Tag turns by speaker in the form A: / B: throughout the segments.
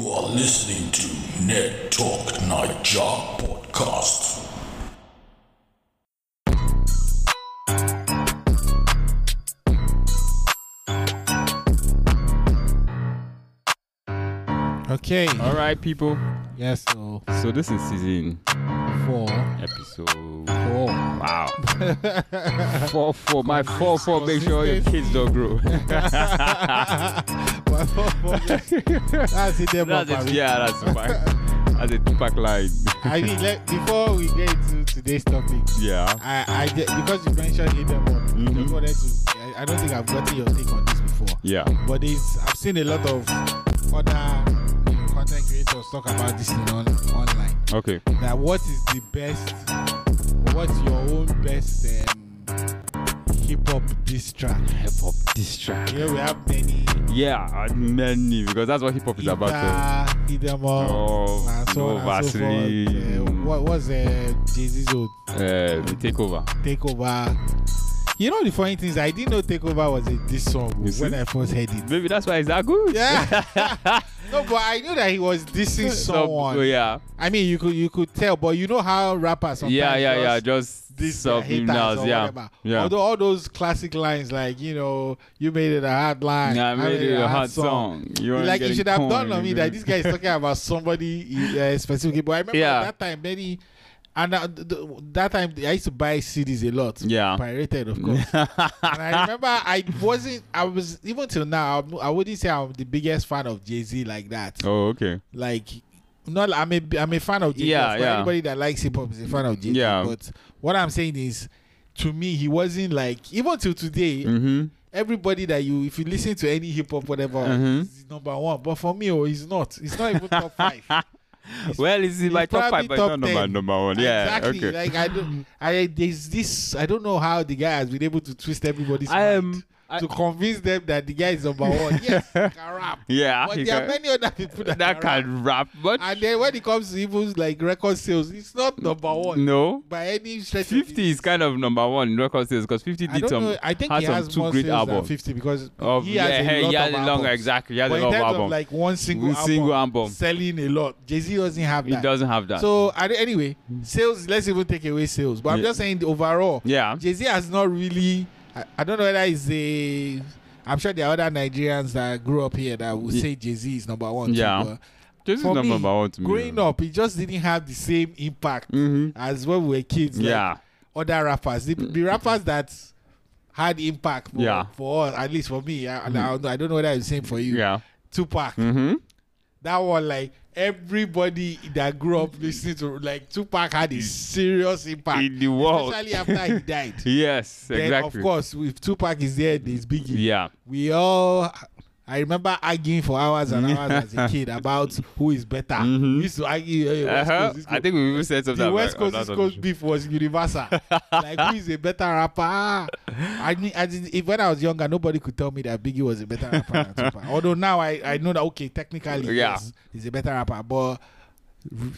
A: You are listening to Net Talk Night Job Podcast.
B: Okay.
C: All right, people.
B: Yes. so
C: So this is season
B: four,
C: episode.
B: four.
C: Wow. four four. My four four. Make sure your kids don't grow.
B: Well, four, four, yes. That's it. There,
C: that's
B: Papa.
C: it. Yeah, that's fine. That's a two-pack line.
B: I mean, let, before we get into today's topic,
C: yeah.
B: I, I ju- because you mentioned Adam, I just
C: Mhm.
B: wanted to. I, I don't think I've gotten your take on this before,
C: Yeah.
B: but it's, I've seen a lot of other you know, content creators talk about this in on, online.
C: Okay.
B: That what is the best? What's your own best um, hip hop diss track?
C: Hip hop diss track.
B: Here we have many.
C: Yeah, uh, many because that's what hip hop is
B: Ida,
C: about. eh.
B: Idemo,
C: Oh,
B: and so
C: no
B: on and so forth. Uh,
C: Vaseline.
B: what was uh, Jay Z's old
C: Uh, the takeover.
B: takeover? You know the funny thing is I didn't know takeover was a diss song
C: You see?
B: when I first heard it.
C: Maybe that's why it's that good.
B: Yeah. no, but I knew that he was dissing
C: So-
B: someone.
C: yeah.
B: I mean, you could you could tell, but you know how rappers sometimes
C: yeah. Yeah. Yeah.
B: just
C: Just
B: diss their
C: something
B: haters
C: else.
B: or
C: Yeah.
B: whatever.
C: Yeah.
B: Although all those classic lines like you know you made it a hard line,
C: yeah. I made it a hard song. You ain't
B: like you
C: getting
B: should have
C: coin,
B: done on me
C: you
B: that
C: know.
B: this guy is talking about somebody uh, specifically. But I remember
C: Yeah.
B: at that time many, and uh, th- th- that time I used to buy CDs a lot.
C: Yeah.
B: pirated of course. and I remember I wasn't. I was even till now. I'm- I wouldn't say I'm the biggest fan of Jay Z like that.
C: Oh, okay.
B: Like. Not I'm a I'm a fan of Jay. Z.
C: Yeah,
B: Of course,
C: yeah.
B: Anybody that likes hip hop is a fan of Jay.
C: Yeah.
B: But what I'm saying is, to me, he wasn't like even till today
C: Mm-hmm.
B: everybody that you if you listen to any hip hop whatever
C: Mhm.
B: he's number one but for me oh he's not it's not even top five
C: Well, it's in my
B: it's
C: top
B: probably
C: five, but
B: top
C: it's not number
B: 10.
C: number one. Yeah,
B: exactly
C: okay.
B: like i don't i there's this i don't know how the guy has been able to twist everybody's
C: I am-
B: mind
C: I-
B: to convince them that the guy is number one yes he can rap
C: yeah,
B: but
C: Ah, he
B: there are
C: can-
B: many other people that,
C: that
B: can rap.
C: can rap, but
B: and then when it comes to even like record sales it's not number one
C: no.
B: by any stretch of it.
C: Fifty is kind of number one in record sales because Fifty
B: I
C: did
B: don't
C: some.
B: know. I think
C: had
B: he
C: some
B: has
C: two
B: more
C: great
B: sales than
C: albums.
B: 50 because
C: Of,
B: he
C: yeah,
B: has a
C: hey,
B: lot
C: he has
B: of
C: a long,
B: albums.
C: exactly. He has
B: but
C: a
B: in
C: lot
B: terms
C: of
B: of
C: albums.
B: like one single
C: One
B: album,
C: single album.
B: selling a lot. Jay Z doesn't have
C: he
B: that.
C: doesn't have that.
B: So I don't- anyway, sales. Let's even take away sales. But I'm
C: Yeah.
B: just saying the overall,
C: yeah,
B: Jay Z has not really. I, I don't know whether it's a. I'm sure there are other Nigerians that grew up here that would
C: Ye-
B: say Jay Z is number one.
C: Yeah.
B: Too, but
C: this is
B: for
C: not
B: me,
C: number one to me.
B: growing up, it just didn't have the same impact
C: Mhm.
B: as when we were kids. like
C: yeah, Mm-hmm.
B: other rappers. The, the rappers that had impact for,
C: Yeah. Mm-hmm.
B: for us, at least for me. I, and I, don't- I don't know whether it's the same for you.
C: yeah.
B: Tupac.
C: Mm-hmm.
B: That one, like, everybody that grew up listening to, like, Tupac had a serious impact.
C: In the world,
B: Especially after he died.
C: yes,
B: Then,
C: exactly.
B: of course, if Tupac is there, there's Biggie.
C: yeah,
B: We all... I remember arguing for hours and hours as a kid about who is better.
C: Mhm.
B: We used to argue. "Hey, West
C: uh-huh.
B: Coast, East
C: I
B: Coast."
C: think we even said something.
B: the
C: about-
B: West Coast
C: on
B: East
C: that
B: Coast
C: one.
B: beef was universal. like who is a better rapper? Ah, I mean, I did, if when I was younger, nobody could tell me that Biggie was a better rapper. Than Tupac. Although now I, I know that okay, technically
C: Yeah.
B: yes, he's a better rapper, but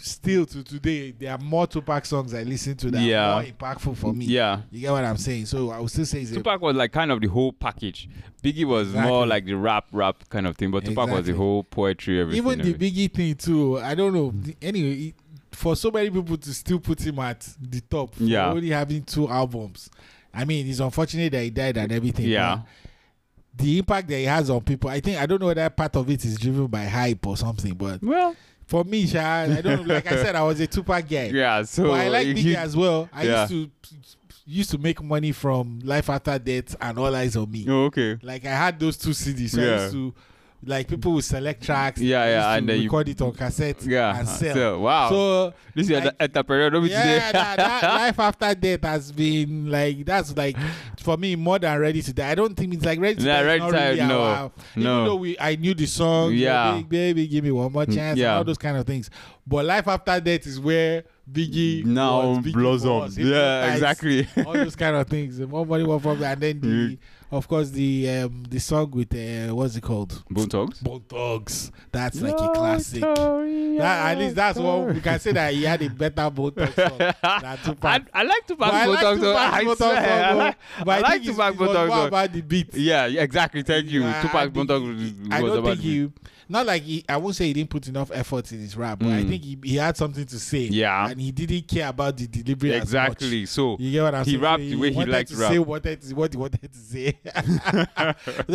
B: still to today there are more Tupac songs I listen to that
C: Yeah.
B: are more impactful for me.
C: Yeah,
B: You get what I'm saying? So I would still say he's a
C: Tupac was like kind of the whole package. Biggie was
B: Exactly.
C: more like the rap, rap kind of thing, but Tupac was
B: Exactly.
C: the whole poetry, everything.
B: even the
C: everything.
B: Biggie thing too. I don't know. The- Anyway, it, for so many people to still put him at the top, for
C: Yeah.
B: only having two albums. I mean, it's unfortunate that he died and everything.
C: Yeah.
B: but The impact that he has on people, I think I don't know whether part of it is driven by hype or something, but
C: Well,
B: for me, Sha, I don't like I said, I was a Tupac guy.
C: yeah. So
B: But I like
C: if
B: Biggie
C: you-
B: as well. I
C: Yeah.
B: used to used to make money from Life After Death and All Eyes on Me.
C: Oh, okay.
B: Like I had those two CDs. So I
C: Yeah.
B: used to like people would select tracks.
C: Yeah,
B: I used
C: yeah,
B: to
C: and then you-
B: record it on cassette.
C: Yeah.
B: and sell.
C: so, wow.
B: So
C: this is
B: like-
C: at the period. Don't be
B: yeah,
C: today.
B: that, that life after death has been like that's like for me more than ready to die. I don't think it's like ready to
C: Yeah,
B: die. is
C: Ready
B: not
C: to Die,
B: really
C: no,
B: our- Even
C: no.
B: though we, I knew the song.
C: Yeah. Mm,
B: big baby, give me one more chance.
C: yeah.
B: and all those kind of things. But life after death is where Biggie
C: now
B: was Biggie for us.
C: blossoms.
B: Hypnotize,
C: Yeah, exactly.
B: all those kind of things. More money, more problem, and then
C: Mm.
B: the, of course, the um, the song with uh, what's it called?
C: Bone talks.
B: Bone Thugs. That's like a classic. That, at least that's what we can say that he had a better Bone Thugs song than Tupac.
C: I, I like to
B: But I
C: back Bone
B: like
C: talks. though.
B: Tupac's
C: I
B: Bone Thugs
C: swear, I
B: song, though,
C: like- I
B: but I
C: like
B: think it's-
C: Tupac
B: it
C: Bone
B: was
C: Thugs,
B: more
C: though.
B: about the beat.
C: Yeah, yeah, exactly. Thank you.
B: I- I
C: Tupac
B: think
C: Bone talks
B: he-
C: was
B: I don't
C: about
B: think
C: me.
B: he Not like he, I won't say he didn't put enough effort in his rap, but I think he, he had something to say.
C: Mm. Yeah.
B: and he didn't care about the delivery. as much.
C: Exactly. So
B: You get what I'm
C: he
B: saying?
C: rapped
B: So
C: the way he
B: wanted
C: liked
B: to
C: to rap.
B: Say wanted to, what he wanted to say. so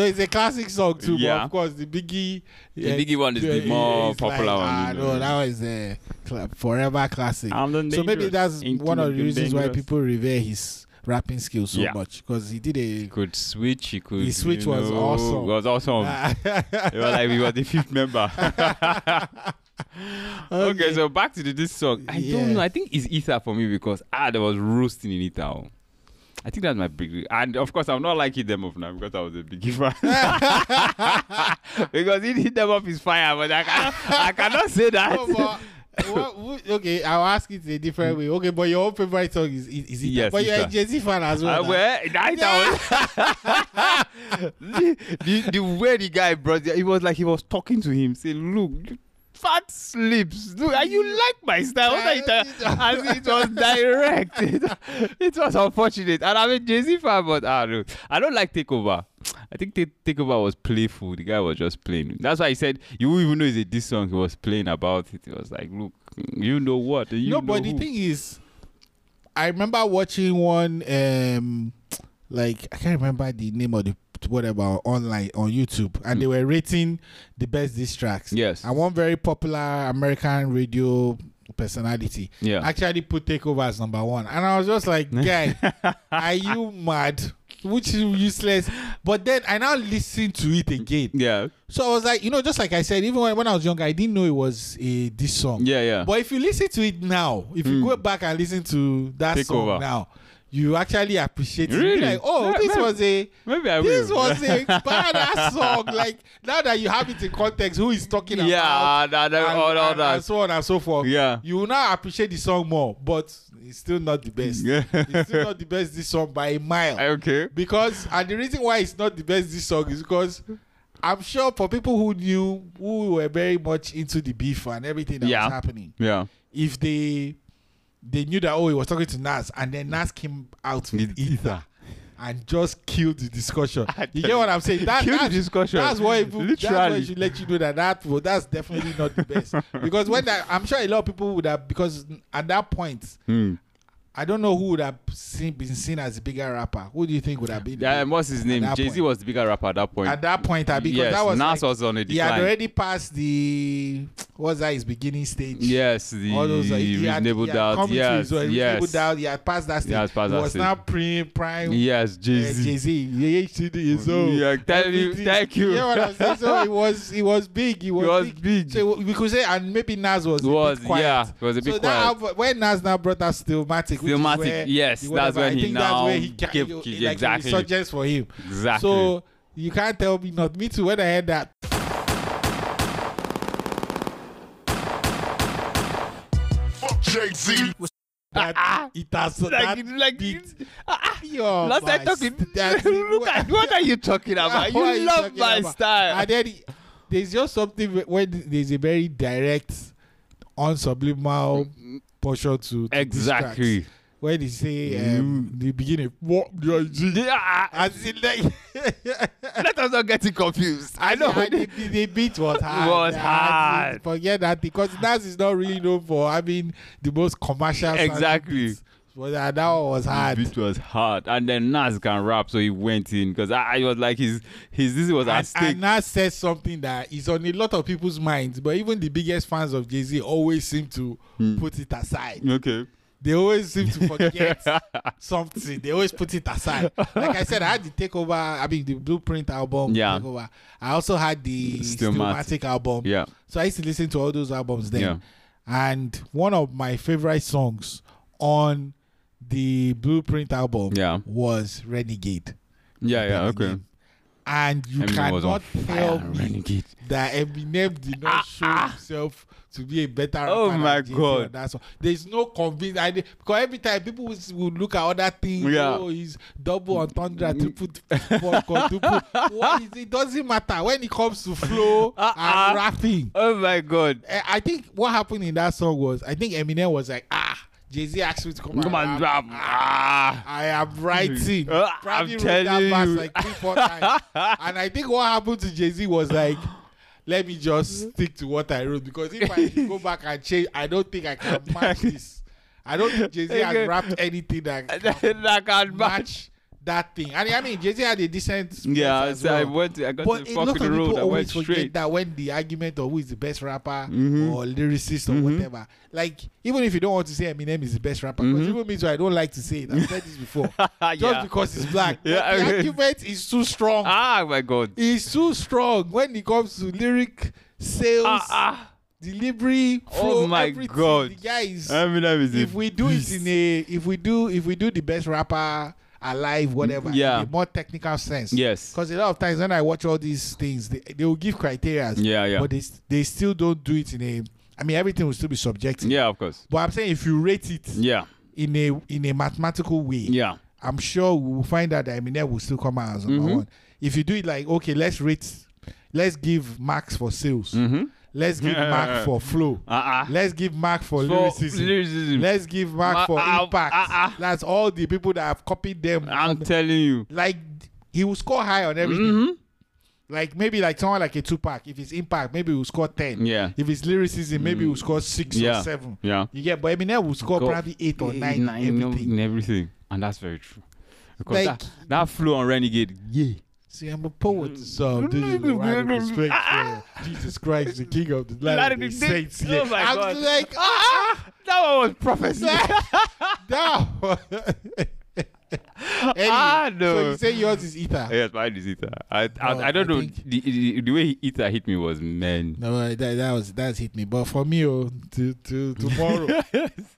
B: it's a classic song too, but
C: Yeah.
B: of course the Biggie, yeah,
C: Biggie one is the
B: yeah,
C: more
B: it's like,
C: popular one,
B: Ah,
C: you
B: no,
C: know.
B: that was a cla- forever classic.
C: I'm the
B: So maybe
C: dangerous,
B: that's one of the
C: intimate,
B: reasons why
C: dangerous.
B: people revere his rapping skills so
C: Yeah.
B: much because he did a.
C: he could switch. He could.
B: His switch
C: you
B: was
C: know,
B: awesome. Ah.
C: Was awesome. It was like we were the fifth member. okay.
B: Okay.
C: so back to the, this song. I
B: Yeah.
C: don't know. I think it's ether for me because ah, there was roasting in ether. oh. I think that's my big, and of course I'm not liking them off now because I was a big fan. because he hit them off his fire, but I cannot, I cannot say that.
B: No, but what- who- okay, I'll ask it a different way. Okay, but your own favorite song is is, is it?
C: Yes,
B: but you're a
C: Ether.
B: Jay Z fan as Ah, well.
C: Uh,
B: now.
C: well, that, that was the, the, the way the guy brought it, it was like he was talking to him, saying, "Look, you fat slips. Look, and you like my style." What are you talking- As it was direct. It, it was unfortunate, and I'm a Jay Z fan, but I don't, I don't like Takeover. I think Ta- Takeover was playful. The guy was just playing. That's why he said you won't even know it's a diss song. He was playing about it. He was like, "Look, you know what? You
B: no,
C: know
B: but the
C: who."
B: thing is, I remember watching one, um, like I can't remember the name of the whatever online on YouTube, and they were rating the best diss tracks.
C: Hmm. Yes.
B: and one very popular American radio personality
C: Yeah.
B: actually put Takeover as number one, and I was just like, guy, are you mad? Which is useless. But then I now listen to it again.
C: yeah,
B: So I was like, you know, just like I said, even when, when I was younger, I didn't know it was a this song.
C: yeah, yeah.
B: But if you listen to it now, if you go back and listen to that
C: Hmm. Take
B: song
C: over.
B: now, you actually appreciate it. You're
C: Really?
B: Like, oh,
C: Yeah,
B: this
C: man.
B: was a
C: Maybe I
B: this
C: will.
B: was a badass song. Like now that you have it in context, who is talking about
C: yeah, that, that,
B: and,
C: all, all
B: and- and
C: that.
B: so on and so forth.
C: Yeah.
B: You will now appreciate the song more, but it's still not the best.
C: Yeah.
B: It's still not the best this song by a mile.
C: okay.
B: because and the reason why it's not the best this song is because I'm sure for people who knew who were very much into the beef and everything that
C: Yeah.
B: was happening,
C: Yeah.
B: if they they knew that oh he was talking to Nas and then Nas came out with
C: With
B: Ether and just killed the discussion.
C: I
B: You
C: tell
B: get what
C: you.
B: I'm saying? That,
C: Killed the
B: that's,
C: discussion.
B: That's why people, That's why
C: Literally.
B: it should let you know that that well, that's definitely not the best because when that, I'm sure a lot of people would have because at that point.
C: Hmm.
B: I don't know who would have seen, been seen as a bigger rapper. Who do you think would have been? the
C: Yeah,
B: big-
C: and what's his name?
B: that
C: Jay Z
B: point.
C: was the bigger rapper at that point.
B: at that point, uh, because
C: yes,
B: that was
C: Nas
B: like,
C: was on a
B: he had
C: decline.
B: already passed the what's that his beginning stage.
C: yes, the
B: all those uh, he had,
C: reasonable
B: he had
C: doubt.
B: come
C: Yes,
B: into his own,
C: yes,
B: reasonable doubt. He had passed that stage.
C: has passed
B: he
C: that
B: was
C: stage.
B: now pre prime.
C: yes, Jay
B: Uh, Jay
C: Z.
B: Z, yeah, HD is so.
C: Yeah, thank you, thank you.
B: Yeah, what I'm saying. So it was, it was big. It was,
C: was big.
B: So we could say, and maybe Nas was, a
C: Was-
B: bit quiet.
C: yeah, was a bit
B: so
C: quiet.
B: That, album- when Nas now brought out Stillmatic, which is
C: Stillmatic,
B: where
C: yes,
B: he-
C: that's
B: whatever,
C: when
B: I
C: he
B: think
C: now
B: that's where he ca-
C: gave-
B: you- like,
C: exactly.
B: resurgence for him.
C: Exactly.
B: So you can't tell me not. Me too. When I heard that,
A: Fuck Jay Z.
B: that it has
C: like,
B: that
C: like
B: beat.
C: ah,
B: Yo,
C: last
B: my
C: time talking.
B: st- that's-
C: Look at what are you talking about?
B: What are
C: You love
B: talking
C: my
B: about?
C: style.
B: And then he- there's just something wh- when there's a very direct, unsubliminal portion to, to these
C: Exactly.
B: tracks. When they say um, the beginning, what
C: Yeah, ah,
B: as in like,
C: let us not get it confused. I know.
B: and the, the, the beat was hard. As
C: Was
B: in,
C: hard.
B: Forget that because Nas is not really known for having the most commercial. sounding
C: Exactly.
B: beats. But that that one was hard.
C: It was hard, and then Nas can rap, so he went in because I, I was like, his his this was at
B: and,
C: stake.
B: and Nas says something that is on a lot of people's minds, but even the biggest fans of Jay Z always seem to
C: Hmm.
B: put it aside.
C: okay.
B: They always seem to forget something. They always put it aside. Like I said, I had the Takeover, I mean, the Blueprint album,
C: Yeah.
B: Takeover. I also had the
C: Stillmatic.
B: Stillmatic album.
C: Yeah.
B: So I used to listen to all those albums then.
C: Yeah.
B: And one of my favorite songs on the Blueprint album
C: Yeah.
B: was Renegade.
C: Yeah. Yeah. Okay.
B: And you
C: Eminem was on
B: cannot tell
C: fire.
B: me
C: Renegade.
B: that Eminem did not show himself to be a better rapper.
C: Oh my
B: than Jay-Z
C: God.
B: on That song. There's no convince. I, because every time people will, will look at other things.
C: Yeah. Mm.
B: Oh, he's double entendre, triple, triple, quadruple. what is it? Doesn't matter when it comes to flow
C: Ah, ah.
B: and rapping.
C: Oh my God.
B: Eh, I think what happened in that song was I think Eminem was like, ah, Jay Z asked me to come,
C: Come
B: and
C: on,
B: rap.
C: rap. Ah.
B: I am writing.
C: Uh,
B: Probably
C: I'm
B: wrote that
C: telling
B: verse
C: you.
B: like three, four times. and I think what happened to Jay Z was like, let me just stick to what I wrote because if I go back and change, I don't think I can match this. I don't think Jay Z
C: Okay.
B: has rapped anything that can
C: that can match.
B: match that thing. And I mean, Jay Z had a decent. verse
C: Yeah,
B: as
C: so I
B: well.
C: went. I got
B: But
C: to
B: a
C: the
B: lot of
C: fucking road.
B: people
C: I went
B: always forget
C: straight. Mm-hmm.
B: that when the argument of who is the best rapper or lyricist or whatever, like even if you don't want to say Eminem is the best rapper, because
C: Mm-hmm.
B: even me too, I don't like to say it. I've said this before. Just
C: Yeah.
B: because he's black,
C: Yeah,
B: But the
C: I mean-
B: argument is too strong.
C: Ah, my God.
B: It's too strong when it comes to lyric sales,
C: Ah, ah.
B: delivery,
C: Oh
B: flow.
C: my
B: everything.
C: God.
B: the guy is.
C: Eminem is
B: if we do it in a, if we do, if we do the best rapper alive, whatever,
C: Yeah.
B: in a more technical sense,
C: Yes.
B: because a lot of times when I watch all these things, they, they will give criteria,
C: Yeah, yeah.
B: but they s- they still don't do it in a. I mean, everything will still be subjective.
C: Yeah, of course.
B: But I'm saying if you rate it
C: Yeah,
B: in a in a mathematical way,
C: yeah.
B: I'm sure we will find out that Eminem will still come out as number one. If you do it like, okay, let's rate, let's give marks for sales, let's give mark for flow,
C: Uh-uh.
B: let's give mark for
C: So,
B: lyricism, ah,
C: lyricism.
B: let's give mark
C: Ma-
B: for
C: uh,
B: impact.
C: uh-uh.
B: That's all the people that have copied them.
C: I'm telling you.
B: like he will score high on everything. Like maybe like someone like a Tupac, if it's impact, maybe he will score ten.
C: Yeah.
B: If it's lyricism, maybe he will score six
C: Yeah.
B: or seven.
C: Yeah.
B: You get, but Eminem will Mm. score
C: Go-
B: probably eight or
C: Eh,
B: nine. in
C: in
B: everything.
C: in everything. And that's very true. Because
B: Like-
C: that, that flow on Renegade, yeah.
B: See, I'm a
C: Mm.
B: poet, so this is the rhyme of respect for Jesus Christ, the King of the land of the saints.
C: Oh
B: Yeah.
C: my
B: I'm
C: God.
B: like,
C: Ah, that one was prophecy.
B: no. Anyway,
C: Ah,
B: So
C: no.
B: you say yours is ether?
C: yes, mine is Ether. I, I,
B: No,
C: I don't
B: I
C: know.
B: think-
C: The, the, the way Ether hit me was, man.
B: No, uh, that, that was that's hit me. But for me, oh, to, to tomorrow,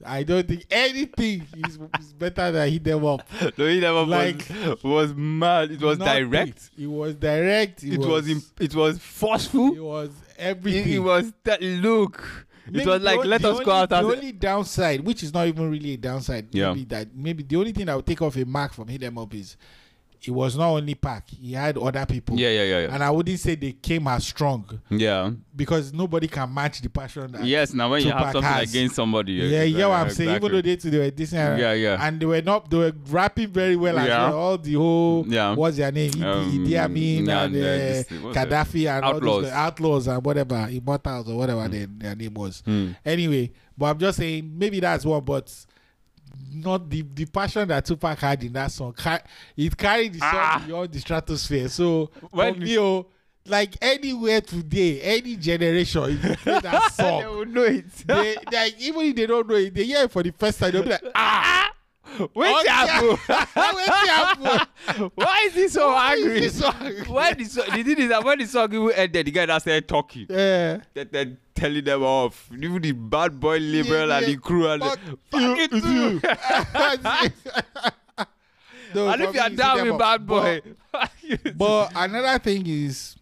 B: I don't think anything is, is better than hit them up.
C: No, he never
B: Like-
C: was, was mad. It was
B: Nothing.
C: direct.
B: It was direct. It,
C: It, was, im- it was forceful.
B: it was
C: It,
B: everything.
C: it was that look. It
B: Maybe
C: was
B: the
C: like
B: on-
C: let
B: the
C: us go
B: only-
C: out.
B: The
C: as-
B: only downside, which is not even really a downside,
C: Yeah.
B: maybe that maybe the only thing I would take off a mark from hit them up is it was not only Pac, he had other people.
C: Yeah, yeah, yeah, yeah.
B: And I wouldn't say they came as strong
C: yeah.
B: because nobody can match the passion. That,
C: Yes. Now when you have
B: Tupac
C: something
B: has.
C: against somebody,
B: Yeah, yeah, what I'm saying. Even though
C: uh, exactly.
B: they too, they were this and-
C: Yeah, yeah.
B: and they were not, they were rapping very well. as
C: Yeah.
B: well. all the whole,
C: Yeah.
B: what's their name, Idi,
C: Um,
B: Idi Amin
C: yeah,
B: and,
C: and, uh,
B: uh,
C: this- what's that?
B: Gaddafi and all
C: Outlaws. Hmm.
B: those guys, outlaws and whatever, immortals or whatever their, their name was. Anyway, but I'm just saying, maybe that's one, but not the the passion that Tupac had in that song. Ca- it carried the song
C: Ah.
B: beyond the stratosphere. So
C: When
B: for
C: we-
B: me, oh, like anywhere today, any generation, if you play that song
C: they would know it.
B: they, like even if they don't know it, they hear it for the first time. They'll be like, "Ah,
C: ah, wait,
B: yeah.
C: Apple.
B: "Wait,
C: Why is he so angry?
B: this song?"
C: Why the song? The thing is that when the song even ended, the guy that started talking,
B: yeah,
C: that that telling them off, even the bad boy liberal and
B: yeah.
C: the crew and
B: Fuck
C: the,
B: you,
C: fuck it
B: it's you.
C: too.
B: No,
C: And if
B: for
C: you are
B: me,
C: down
B: them
C: with
B: up.
C: bad boy,
B: But- But another thing is,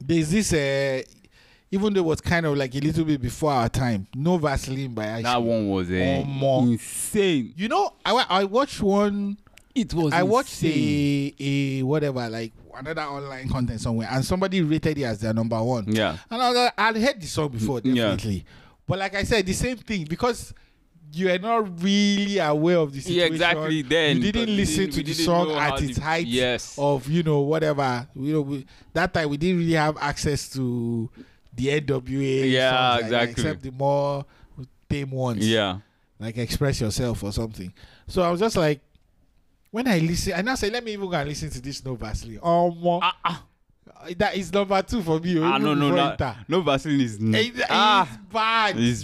B: there's this. Uh, even though it was kind of like a little bit before our time, no Vaseline by Ashley.
C: that one was eh,
B: Omo.
C: insane.
B: You know, I wa- I watched one
C: It was.
B: I watched
C: insane.
B: a, a whatever, like another online content somewhere, and somebody rated it as their number one.
C: Yeah.
B: And I was like, I'd heard the song before,
C: Yeah.
B: definitely. But like I said, the same thing, because you are not really aware of the situation.
C: Yeah, exactly, then,
B: you
C: but
B: didn't
C: we
B: listen
C: didn't-
B: to
C: we
B: the
C: didn't
B: song
C: know
B: at
C: how
B: its
C: the-
B: height
C: Yes.
B: of, you know, whatever. You know, we, that time we didn't really have access to the NWA.
C: Yeah,
B: songs like that,
C: exactly.
B: except the more tame ones
C: Yeah.
B: like express yourself or something. So I was just like, when I listen, and I say, let me even go and listen to this No Vaseline. Um,
C: Ah, ah,
B: that is number two for me. oh,
C: ah,
B: even
C: no, no,
B: before
C: no,
B: Inter.
C: no. Vaseline is
B: It- It's
C: ah,
B: bad. It's,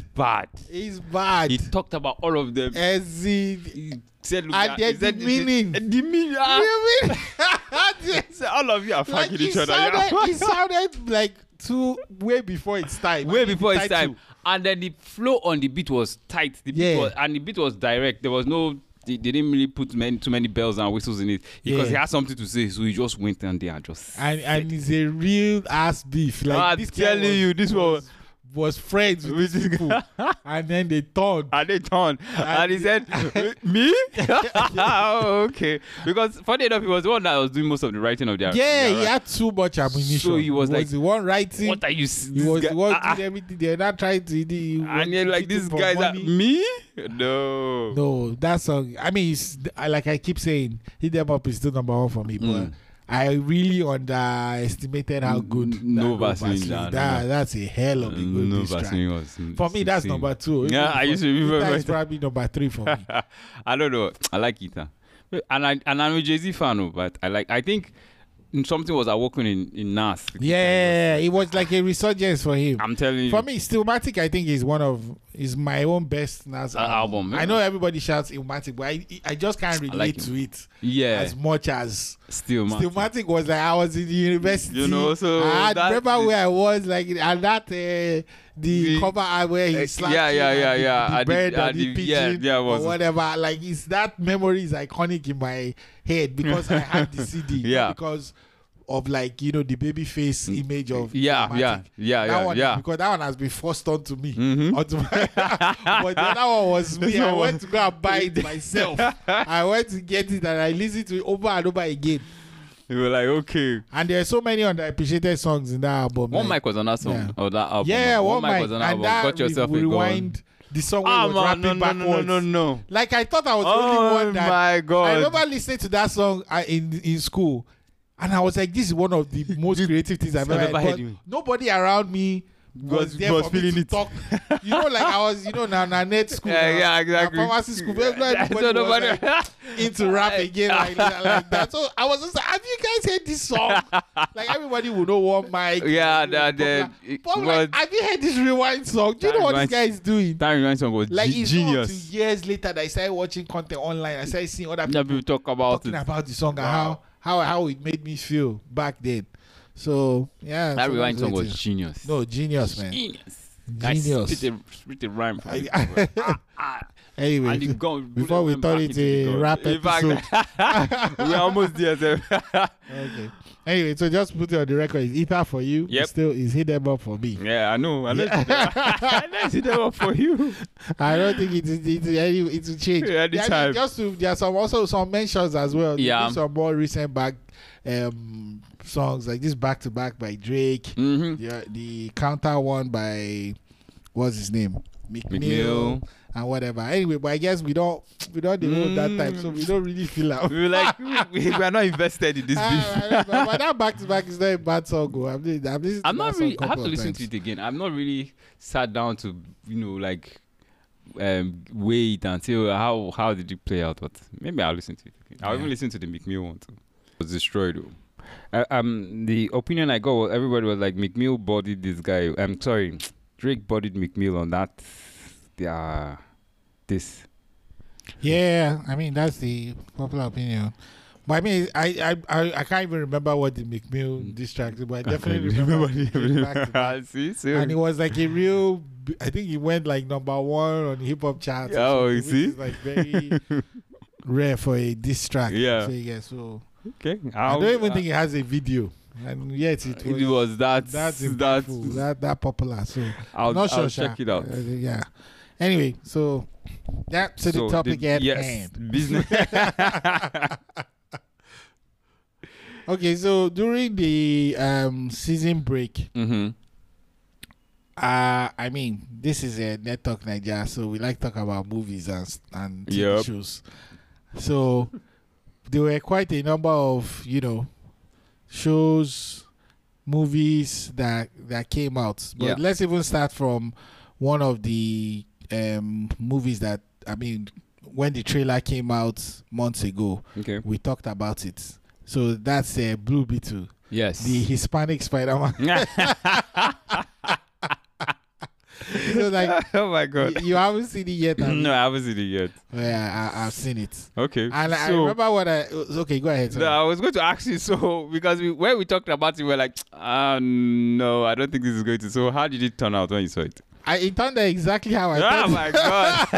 C: it's bad.
B: bad.
C: He talked about all of them.
B: As in,
C: He said, look,
B: Eh, And
C: ah,
B: they're
C: he said,
B: demeaning.
C: The meaning. Ah,
B: You mean-
C: he said, all of you are
B: like
C: fucking
B: it,
C: each other.
B: sounded,
C: yeah.
B: it sounded like two way before its time.
C: way
B: I mean,
C: before
B: the
C: his
B: title.
C: time. And then the flow on the beat was tight. The beat
B: Yeah.
C: was, and the beat was direct. There was no. They, they didn't really put many, too many bells and whistles in it because
B: Yeah.
C: he had something to say, so he just went and there and just.
B: And, and it's a real ass beef. Like
C: I'm
B: this guy
C: telling
B: was,
C: you, this
B: was,
C: was-
B: was friends with these people, and then they turned.
C: and they turned and he said me Oh, okay because funny enough he was the one that was doing most of the writing of the
B: Yeah,
C: the-
B: he had too much ammunition.
C: Uh, So he was like,
B: the one writing.
C: what are you s-
B: he
C: this
B: was
C: guy-
B: the one
C: ah,
B: doing everything. They're not trying to. They, he
C: ah. and
B: was
C: you're like
B: looking
C: this
B: for
C: guy's like
B: money.
C: me no Mm.
B: No, that song. I mean, it's, I- like I keep saying, "Hit Them Up" is still number one for me, but I really underestimated how good
C: No
B: that
C: Vaseline,
B: Vaseline-
C: nah, nah,
B: that-
C: nah.
B: That's a hell of a good
C: No,
B: diss track.
C: Vaseline was in-
B: For me, that's
C: insane.
B: number two.
C: Yeah, I used to remember
B: That's
C: that.
B: probably number three for me.
C: I don't know. I like it. And I and I'm a Jay Z fan, oh, but I like. I think something was awoken in in Nas.
B: yeah, it was like a resurgence for him.
C: I'm telling you.
B: For me, Stillmatic, I think, is one of is my own best Nas
C: Uh,
B: album.
C: album,
B: I
C: yeah.
B: know everybody shouts Illmatic, but I I just can't relate
C: like
B: to it
C: yeah,
B: as much as
C: still man.
B: Stillmatic was like I was in the university.
C: You know, so
B: I
C: that-
B: remember where I was like and that uh, the, cover art where he
C: Eh,
B: slapped
C: yeah,
B: him
C: yeah,
B: and
C: yeah,
B: the-
C: yeah.
B: the,
C: I did-
B: bird
C: I
B: and the
C: did- yeah,
B: pigeon
C: yeah, it was-
B: or whatever. Like it's that memory is iconic in my head because I had the CD. not
C: Yeah. Mm.
B: because. Of like you know the baby face image of
C: Yeah,
B: Illmatic.
C: yeah, yeah,
B: that
C: yeah,
B: one,
C: yeah.
B: because that one has been forced on to me
C: Mhm.
B: onto my- but the other one was me
C: This
B: I
C: one was-
B: went to go and buy it myself I went to get it and I listened to it over and over again
C: You were like, okay.
B: and there are so many underappreciated songs in that album.
C: One
B: like-
C: mic was on that song
B: Yeah.
C: or that album.
B: Yeah,
C: man.
B: one, mic.
C: was on that
B: and
C: album.
B: that
C: Got yourself
B: re-
C: a
B: rewind.
C: goal.
B: The song
C: Ah,
B: was
C: man,
B: rapping
C: no, no, no,
B: backwards.
C: no, no.
B: Like I thought I was the
C: Oh
B: only one that.
C: my God.
B: I remember listening to that song uh, in in school, and I was like, "This is one of the most creative things I've
C: I
B: ever."
C: never
B: heard.
C: heard
B: But
C: you.
B: Nobody around me. Was,
C: Was-
B: there
C: was
B: for me
C: feeling
B: to
C: it.
B: talk. You know, like I was, you know, na na net school.
C: Yeah,
B: na-
C: yeah,
B: na
C: exactly.
B: Pharmacy school. Where everybody
C: So
B: was,
C: nobody-
B: like, into rap again like, like that. So I was just like, have you guys heard this song? like everybody will know what Mike.
C: Yeah, that-
B: that.
C: that- it
B: But I'm like, ah,
C: was-
B: have you heard this rewind song? Do you know what this
C: reminds-
B: guy is doing?
C: That rewind song was
B: Like
C: ge-
B: it's not till
C: genius.
B: years later that I started watching content online. I started seeing other
C: Yeah,
B: people
C: people talk about
B: talking
C: it.
B: about the song and how how how it made me feel back then. So yeah,
C: That
B: so
C: rewind
B: that's
C: song
B: what
C: was
B: it is.
C: genius.
B: no genius, man.
C: Genius.
B: Genius.
C: I spit a, spit a rhyme for you. Ah,
B: anyway,
C: and you go-
B: before we
C: went
B: turn
C: back
B: it
C: into
B: to
C: the
B: rap
C: gold. In fact,
B: episode,
C: We're almost there. sir.
B: Okay. Anyway, so just put it on the record. It's Ether for you.
C: Yep.
B: It's still is hidden up for me.
C: yeah, I know. I let you know for you.
B: I don't think it is it, it, it will change.
C: Yeah,
B: There are
C: anytime.
B: just to, there are some also some mentions as well. They
C: Yeah.
B: do Some more recent back um songs like this back to back by Drake.
C: Mm-hmm.
B: The, the counter one by what's his name? McNeil
C: Mill.
B: and whatever. Anyway, but I guess we don't we don't devote that time, so
C: Mm.
B: we don't really feel out.
C: We were like, we, we are not invested in this beef.
B: Ah, but but that back to back is not a bad song. oh. I've, li- I've listened
C: I'm
B: to
C: not
B: that song
C: really. I have
B: couple
C: to
B: of
C: listen
B: times.
C: to it again. I'm not really sat down to you know like um weigh it until how how did it play out. But maybe I'll listen to it again. I'll
B: Yeah.
C: even listen to the McMill one too. It was destroyed. oh. Uh, um, the opinion I got was everybody was like McMill bodied this guy. I'm sorry, Drake bodied McMill on that. Yeah, this.
B: Yeah, I mean that's the popular opinion. But I mean, I I I, I can't even remember what the
C: Mm.
B: McMill distracted, but I definitely remember. it back to back.
C: Ah, see, see.
B: And it was like a real. b- I think it went like number one on hip hop charts. or
C: Oh, you
B: something, which
C: see?
B: is like very rare for a diss track.
C: Yeah.
B: So yeah, so
C: okay.
B: I
C: I'll-
B: don't even think it has a video, and yet it was.
C: Uh, it was that.
B: that's
C: That's
B: impactful,
C: that.
B: that that popular. So
C: I'll,
B: not sure.
C: I'll
B: Sha.
C: check it out.
B: Uh, yeah. Anyway, so that's to the
C: So
B: topic at
C: yes,
B: hand.
C: Business.
B: Okay, so during the um season break,
C: mm-hmm.
B: uh I mean, this is a network Nigeria, so we like talk about movies and s- and TV
C: Yep.
B: shows. So there were quite a number of you know shows, movies that that came out. But
C: Yeah.
B: let's even start from one of the um movies that I mean, when the trailer came out months ago,
C: Okay.
B: we talked about it. So that's uh, Blue Beetle.
C: Yes.
B: the Hispanic Spider Man. so like
C: oh my god.
B: you, you haven't seen it yet. have you?
C: no, I haven't seen it yet.
B: Yeah, I, I've seen it.
C: Okay.
B: And I
C: so-
B: remember what I okay, go ahead. sorry.
C: No, I was going to ask you so because we, when we talked about it, we were like, ah, no, I don't think this is going to. So, how did it turn out when you saw it?
B: I it turned out exactly how I
C: oh
B: thought.
C: my god!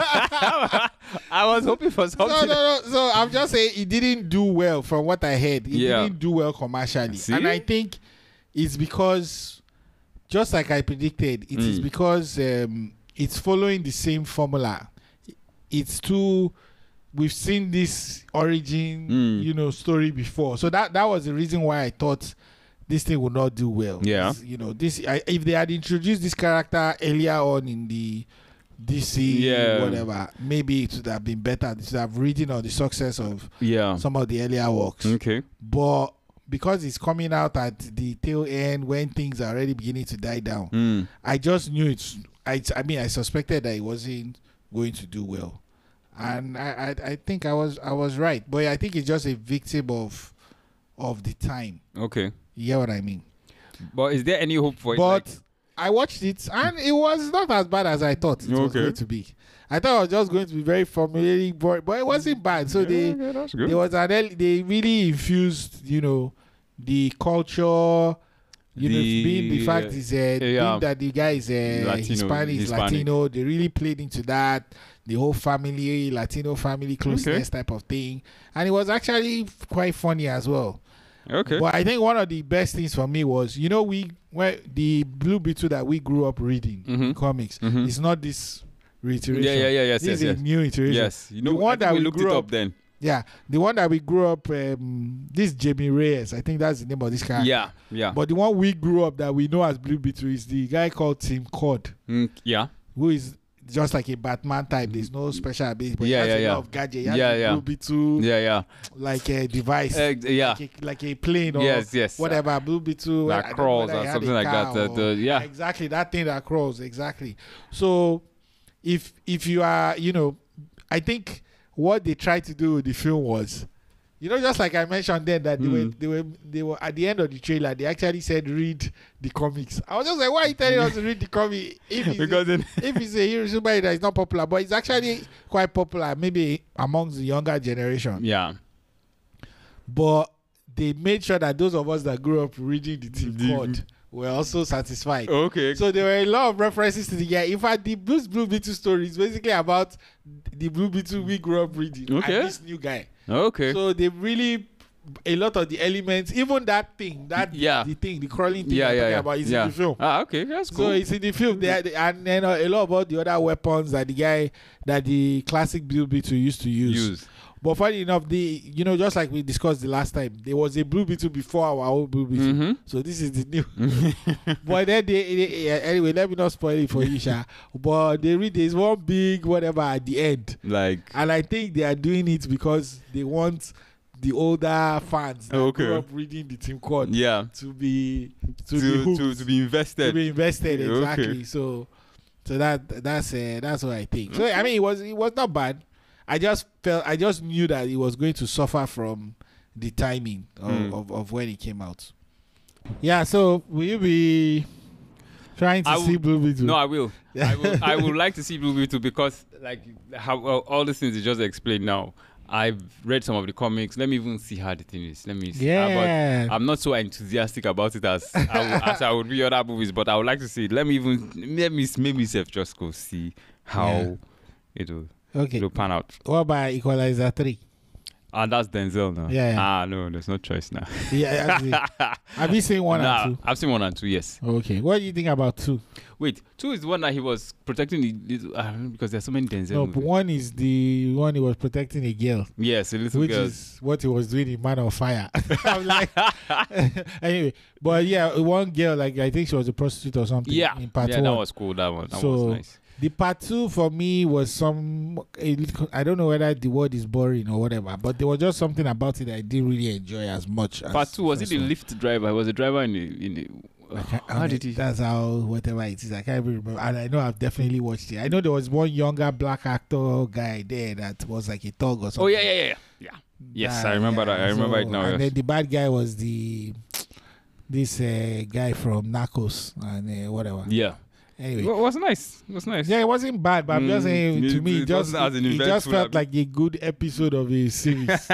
C: I was hoping for
B: No, no,
C: something.
B: no. So I'm just saying it didn't do well from what I heard. It
C: Yeah.
B: didn't do well commercially.
C: See?
B: And I think it's because just like I predicted, it is
C: Mm.
B: because um, it's following the same formula. It's too we've seen this origin,
C: Mm.
B: you know, story before. So that that was the reason why I thought this thing would not do well.
C: Yeah.
B: This- you know, this I, if they had introduced this character earlier on in the DC,
C: Yeah.
B: whatever, maybe it would have
C: Um.
B: been better. It would have ridden on the success of
C: Yeah. Mm.
B: some of the earlier works.
C: Okay.
B: But because it's coming out at the tail end when things are already beginning to die down.
C: Mm.
B: I just knew it's. I, I mean, I suspected that it wasn't going to do well, and I, I I think I was I was right. But I think it's just a victim of of the time.
C: Okay.
B: You hear what I mean?
C: But is there any hope for it?
B: but I watched it and it was not as bad as I thought it was
C: Okay.
B: going to be. I thought it was just going to be very familiar, but, but it wasn't bad. So they
C: that's
B: there was an early, they really infused, you know, the culture. You know,
C: The-
B: being the fact is uh,
C: yeah.
B: being that the guy is uh,
C: Latino,
B: Hispanic, is
C: Hispanic.
B: Latino, they really played into that. The whole family, Latino family closeness type of thing, and it was actually quite funny as well.
C: okay.
B: But I think one of the best things for me was, you know, we where the Blue Beetle that we grew up reading
C: Mhm.
B: comics.
C: Mhm.
B: It's not this reiteration.
C: yeah, yeah, yeah, yes,
B: This
C: yes,
B: is
C: yes.
B: a new iteration.
C: Yes, you know
B: The one
C: I think
B: that
C: we
B: we
C: looked
B: grew
C: it
B: up-
C: up then.
B: Yeah, the one that we grew up. Um, this Jamie Reyes, I think that's the name of this character.
C: Yeah, yeah,
B: But the one we grew up that we know as Blue Beetle is the guy called Tim Cord,
C: Mm, yeah.
B: who is just like a Batman type. There's no special ability, but he
C: Yeah,
B: has
C: yeah,
B: a
C: yeah.
B: lot of gadget. He has
C: Yeah,
B: a
C: yeah.
B: Blue Beetle,
C: Yeah, yeah,
B: like a device,
C: Uh, yeah.
B: like, a, like a plane or
C: Yes, yes.
B: whatever blue beetle
C: That
B: I don't know
C: crawls
B: whether
C: or
B: he had a
C: something like
B: car
C: that, that,
B: or-
C: uh, yeah.
B: exactly that thing that crawls exactly so if if you are you know i think what they tried to do with the film was you know just like i mentioned then that
C: Hmm.
B: they were they were they were at the end of the trailer they actually said read the comics i was just like why are you telling us to read the comic if it's
C: Because
B: a,
C: then-
B: if it's a hero somebody that is not popular but it's actually quite popular maybe amongst the younger generation
C: yeah.
B: but they made sure that those of us that grew up reading the Tim
C: The-
B: Cord were also satisfied.
C: Okay.
B: So there were a lot of references to the guy. In fact, the Blues Blue Beetle story is basically about the Blue Beetle we grew up reading
C: Okay.
B: and this new guy.
C: okay.
B: So they really a lot of the elements, even that thing, that
C: Yeah.
B: the thing, the crawling thing
C: yeah,
B: you're
C: yeah,
B: talking
C: yeah.
B: about is
C: yeah.
B: in the film.
C: Ah, okay, that's
B: So
C: cool.
B: it's in the film, they, they, and then uh, a lot about the other weapons that the guy, that the classic Blue Beetle used to
C: used.
B: but funny enough, the you know just like we discussed the last time, there was a blue beetle before our own blue beetle.
C: Mhm.
B: So this is the new. but then they, they- eh, anyway, let me not spoil it for you, Sha. But they read there's one big whatever at the end,
C: Like
B: and I think they are doing it because they want the older fans that
C: Okay.
B: grew up reading the team code
C: yeah.
B: to be to,
C: To
B: be
C: to,
B: hooked,
C: to,
B: to,
C: be
B: be,
C: invested.
B: invested
C: Okay.
B: exactly. So, so that that's uh, that's what I think. So I mean, it was it was not bad. I just felt I just knew that it was going to suffer from the timing of,
C: Mm.
B: of, of when it came out. Yeah, so will you be trying to
C: I
B: see
C: would-
B: Blue Beetle?
C: No, I will. I will. I would like to see Blue Beetle because, like, how well, all these things you just explained now. I've read some of the comics. Let me even see how the thing is. Let me see. Ah, but
B: Yeah.
C: I'm not so enthusiastic about it as I, would- as I would be other movies, but I would like to see it. Let me even let me make myself just go see how it will
B: okay.
C: it'll pan out.
B: What about Equalizer 3?
C: Ah, that's Denzel now.
B: Yeah, yeah.
C: Ah, no, there's no choice now.
B: Yeah, that's it. have you seen one
C: nah,
B: and two?
C: I've seen one and two. Yes.
B: Okay. What do you think about two?
C: Wait, two is the one that he was protecting the, the uh, because there's so many Denzel.
B: No, but
C: movies.
B: one is the one he was protecting a girl.
C: Yes, a little
B: which
C: girl.
B: is what he was doing in Man of Fire. I'm like, anyway, but yeah, one girl, like I think she was a prostitute or something.
C: yeah,
B: in part
C: yeah,
B: one.
C: that was cool. That one, that
B: So-
C: was nice.
B: the part two for me was some. a little- I don't know whether the word is boring or whatever, but there was just something about it that I didn't really enjoy as much. As
C: Part two was it
B: first
C: the
B: one.
C: lift driver? It was the driver in the in the.
B: I can't- I
C: how
B: mean,
C: did he?
B: That's how whatever it is. I can't even remember. And I know I've definitely watched it. I know there was one younger black actor guy there that was like a thug or something.
C: Oh yeah, yeah, yeah, yeah. yeah. Yes,
B: Uh,
C: I remember
B: yeah,
C: that. I remember it
B: so-
C: now.
B: And
C: yes.
B: then the bad guy was the this uh, guy from Narcos and uh, whatever.
C: Yeah,
B: Anyway,
C: it wa- was nice. It was nice.
B: yeah, it wasn't bad, but I'm just
C: Mm,
B: saying to
C: it-
B: me, it
C: it
B: just
C: wasn't as
B: it, it just
C: eventful,
B: felt
C: abi?
B: like a good episode of a series.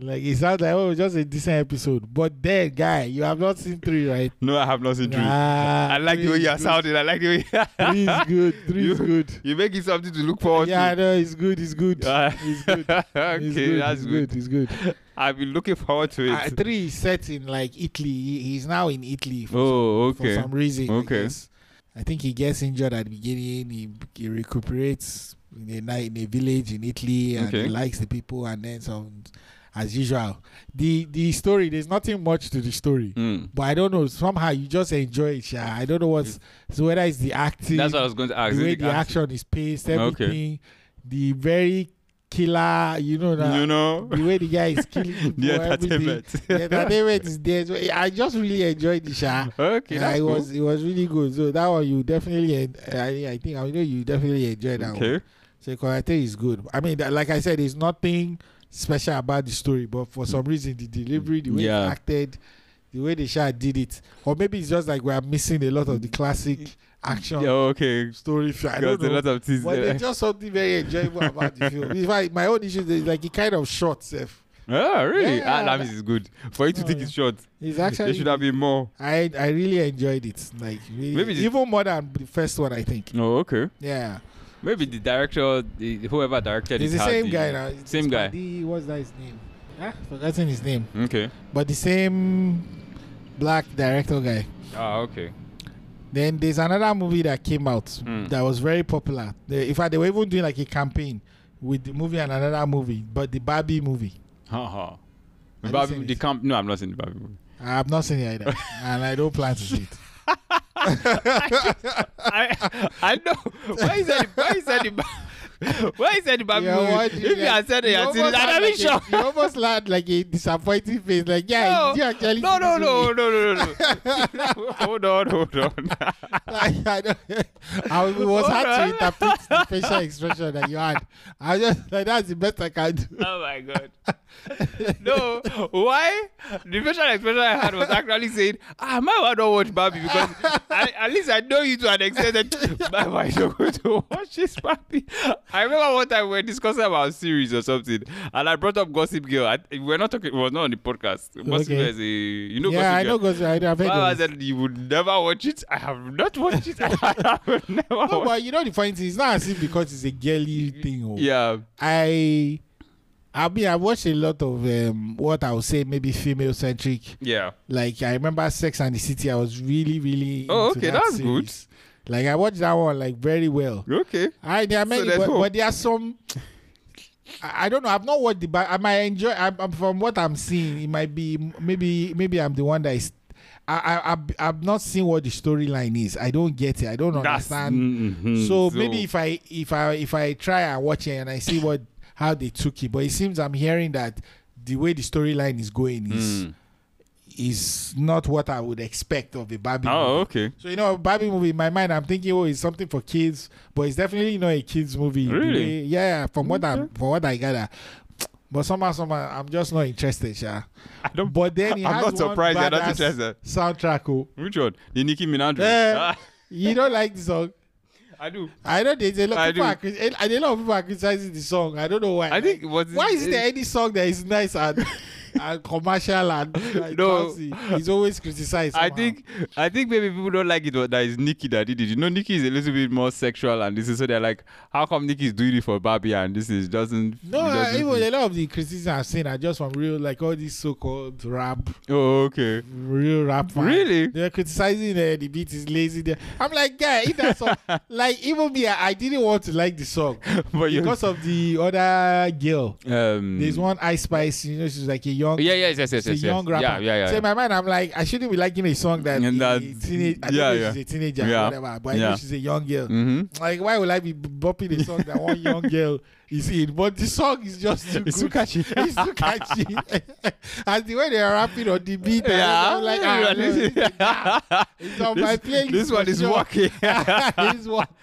B: like it sounds like oh, just a decent episode. But then, guy, you have not seen three, right?
C: No, I have not seen three.
B: Ah,
C: I like the way
B: three
C: you are
B: is
C: sounding. I like the way
B: good. Three is good. Three is
C: You-
B: good.
C: you make it something to look forward
B: Yeah, I
C: to.
B: know it's good. It's good.
C: Ah.
B: It's good.
C: okay,
B: it's good.
C: that's
B: it's
C: good.
B: It's good.
C: I've been looking forward to
B: Uh,
C: it.
B: three is set in like Italy. He- He's now in Italy for,
C: oh,
B: some, for
C: okay.
B: some reason. I,
C: Okay.
B: guess. I think he gets injured at the beginning. He, he recuperates in a night in a village in Italy, and
C: Okay.
B: he likes the people. And then some, as usual, the the story. There's nothing much to the story,
C: Mm.
B: but I don't know. Somehow you just enjoy it. Yeah, I don't know what's so whether it's the acting,
C: That's what I was going to ask.
B: the way
C: Is it
B: the action is paced,
C: Okay.
B: everything, the very killer, you know that
C: you know.
B: the way the guy is killing people,
C: The
B: everything.
C: entertainment.
B: the entertainment is there. So I just really enjoyed the show.
C: Okay,
B: Yeah,
C: that's
B: it
C: cool.
B: was it was really good. So that one you definitely, en- I, I think I know you definitely enjoyed that one.
C: okay.
B: So karate is good. I mean, that- like I said, there's nothing special about the story, but for some reason, the delivery, the way
C: Yeah.
B: it acted, the way the shah did it, or maybe it's just like we are missing a lot of the classic action
C: Yeah, okay.
B: story. fi- I
C: Got
B: don't
C: a
B: know.
C: lot of things.
B: But
C: there.
B: there's just something very enjoyable about the film. In fact, my own issue is like it kind of short, Seth.
C: Ah, really?
B: Yeah.
C: Ah, that means it's good. For you to
B: Oh,
C: take
B: yeah.
C: it short,
B: It's
C: there
B: actually
C: should have been more.
B: I I really enjoyed it. Like really,
C: Maybe the-
B: even more than the first one, I think.
C: Oh, okay.
B: Yeah,
C: Maybe the director, the, whoever directed
B: it's
C: it,
B: the
C: had
B: same guy now. It's-
C: Same
B: it's
C: guy.
B: Badi- what's that his name? Ah, forgotten his name.
C: Okay.
B: But the same black director guy.
C: Ah, okay.
B: Then there's another movie that came out
C: Hmm.
B: that was very popular. They, in fact, they were even doing like a campaign with the movie and another movie, but the Barbie movie.
C: Ha ha.
B: Have you
C: Barbie,
B: seen
C: the
B: it?
C: camp. No, I'm not seeing the Barbie movie.
B: I've not seen it either, and I don't plan to see it.
C: I, I know. Why is that? Why is that? The, why is that the Barbie
B: You are
C: movie?
B: watching
C: If you
B: like-
C: had said it, I'd
B: almost
C: seen
B: had
C: it. I'd have been
B: like a-
C: shocked.
B: You almost had like a disappointing face, like yeah,
C: No,
B: did you actually.
C: no,
B: see
C: no,
B: this
C: no,
B: movie?
C: no, no, no. hold on, hold on.
B: Like, I, don't, I was- it was
C: Hold
B: hard
C: on.
B: to interpret the facial expression that you had. I just like that's the best I can do.
C: oh my god. No, why? The facial expression I had was actually saying, "Ah, my wife don't watch Barbie because I, at least I know you to an extent that my wife don't go to watch this Barbie." I remember one time we were discussing about series or something, and I brought up Gossip Girl. I, we're not talking; it was not on the podcast. Gossip
B: Okay.
C: Girl is a you know
B: yeah, I
C: Gossip
B: know
C: Girl.
B: because I have heard
C: Well, I
B: of it.
C: said you would never watch it. I have not watched it. I have never
B: No,
C: watched
B: but you know the funny thing is not as if because it's a girly thing. oh.
C: it. Yeah.
B: I, I mean, I watched a lot of um, what I would say maybe female centric.
C: Yeah.
B: Like I remember Sex and the City. I was really, really.
C: Oh,
B: into
C: okay,
B: that
C: that's
B: series. Like I watched that one like very well.
C: Okay.
B: I there are many,
C: there's
B: but,
C: hope.
B: but there are some. I I don't know. I've not watched the. But I might enjoy. I'm, I'm- from what I'm seeing, it might be maybe maybe I'm the one that is. I I I've, I've not seen what the storyline is. I don't get it. I don't understand.
C: mhm.
B: So, maybe if I if I if I try and watch it and I see what how they took it, but it seems I'm hearing that the way the storyline is going is
C: Mm.
B: is not what I would expect of a Barbie. movie.
C: Oh, okay.
B: So you know, Barbie movie in my mind, I'm thinking, oh, it's something for kids, but it's definitely not a kids movie. The
C: Really?
B: way- Yeah, from what I from what I gather. But somehow, somehow, I'm just not interested, yeah.
C: I don't.
B: But then he
C: I'm
B: has
C: not
B: one
C: surprised you're not
B: badass
C: interested.
B: Soundtrack, oh.
C: Which one? The Nicki Minaj. one?
B: Eh.
C: Ah,
B: you don't like the song.
C: I do.
B: I know there's a lot
C: I
B: people
C: do.
B: are criti- and a lot of people are criticizing the song. I don't know why.
C: I think it was.
B: why is there any song that is nice and and commercial and like,
C: No.
B: fancy? It's always criticized.
C: I
B: somehow.
C: think I think maybe people don't like it. But that is Nicki that did it. You know, Nicki is a little bit more sexual, and this is so they're like, how come Nicki is doing it for Barbie and this is doesn't?
B: No,
C: it
B: uh,
C: doesn't-
B: even a lot of the criticism I've seen are just from real, like all these so-called rap,
C: Oh, okay.
B: real rap. fans.
C: Really?
B: They're criticizing uh, the beat is lazy. There, I'm like, guy, if that song, like even me, I, I didn't want to like the song
C: But Oh, you.
B: because of the other girl.
C: Um.
B: There's one Ice Spice, you know, she's like a young,
C: Yeah. Yes. Yes. Yes.
B: she's a
C: Yes. yes.
B: young rapper.
C: Yeah. Yeah. Yeah.
B: So in my mind, I'm like, I shouldn't be liking a song that,
C: And
B: a
C: that-
B: teenage, I don't
C: yeah,
B: know if
C: yeah.
B: she's a teenager,
C: Yeah.
B: or whatever. But I know
C: Yeah.
B: she's a young girl.
C: Mm-hmm.
B: Like, why would I be b- bopping a song that one young girl is in? But the song is just too
C: It's too
B: good.
C: catchy.
B: it's too catchy. and the way they are rapping on the beat,
C: Yeah.
B: I'm like, ah, no,
C: this,
B: it's on my playlist.
C: this one
B: for
C: is
B: sure.
C: working.
B: it's working.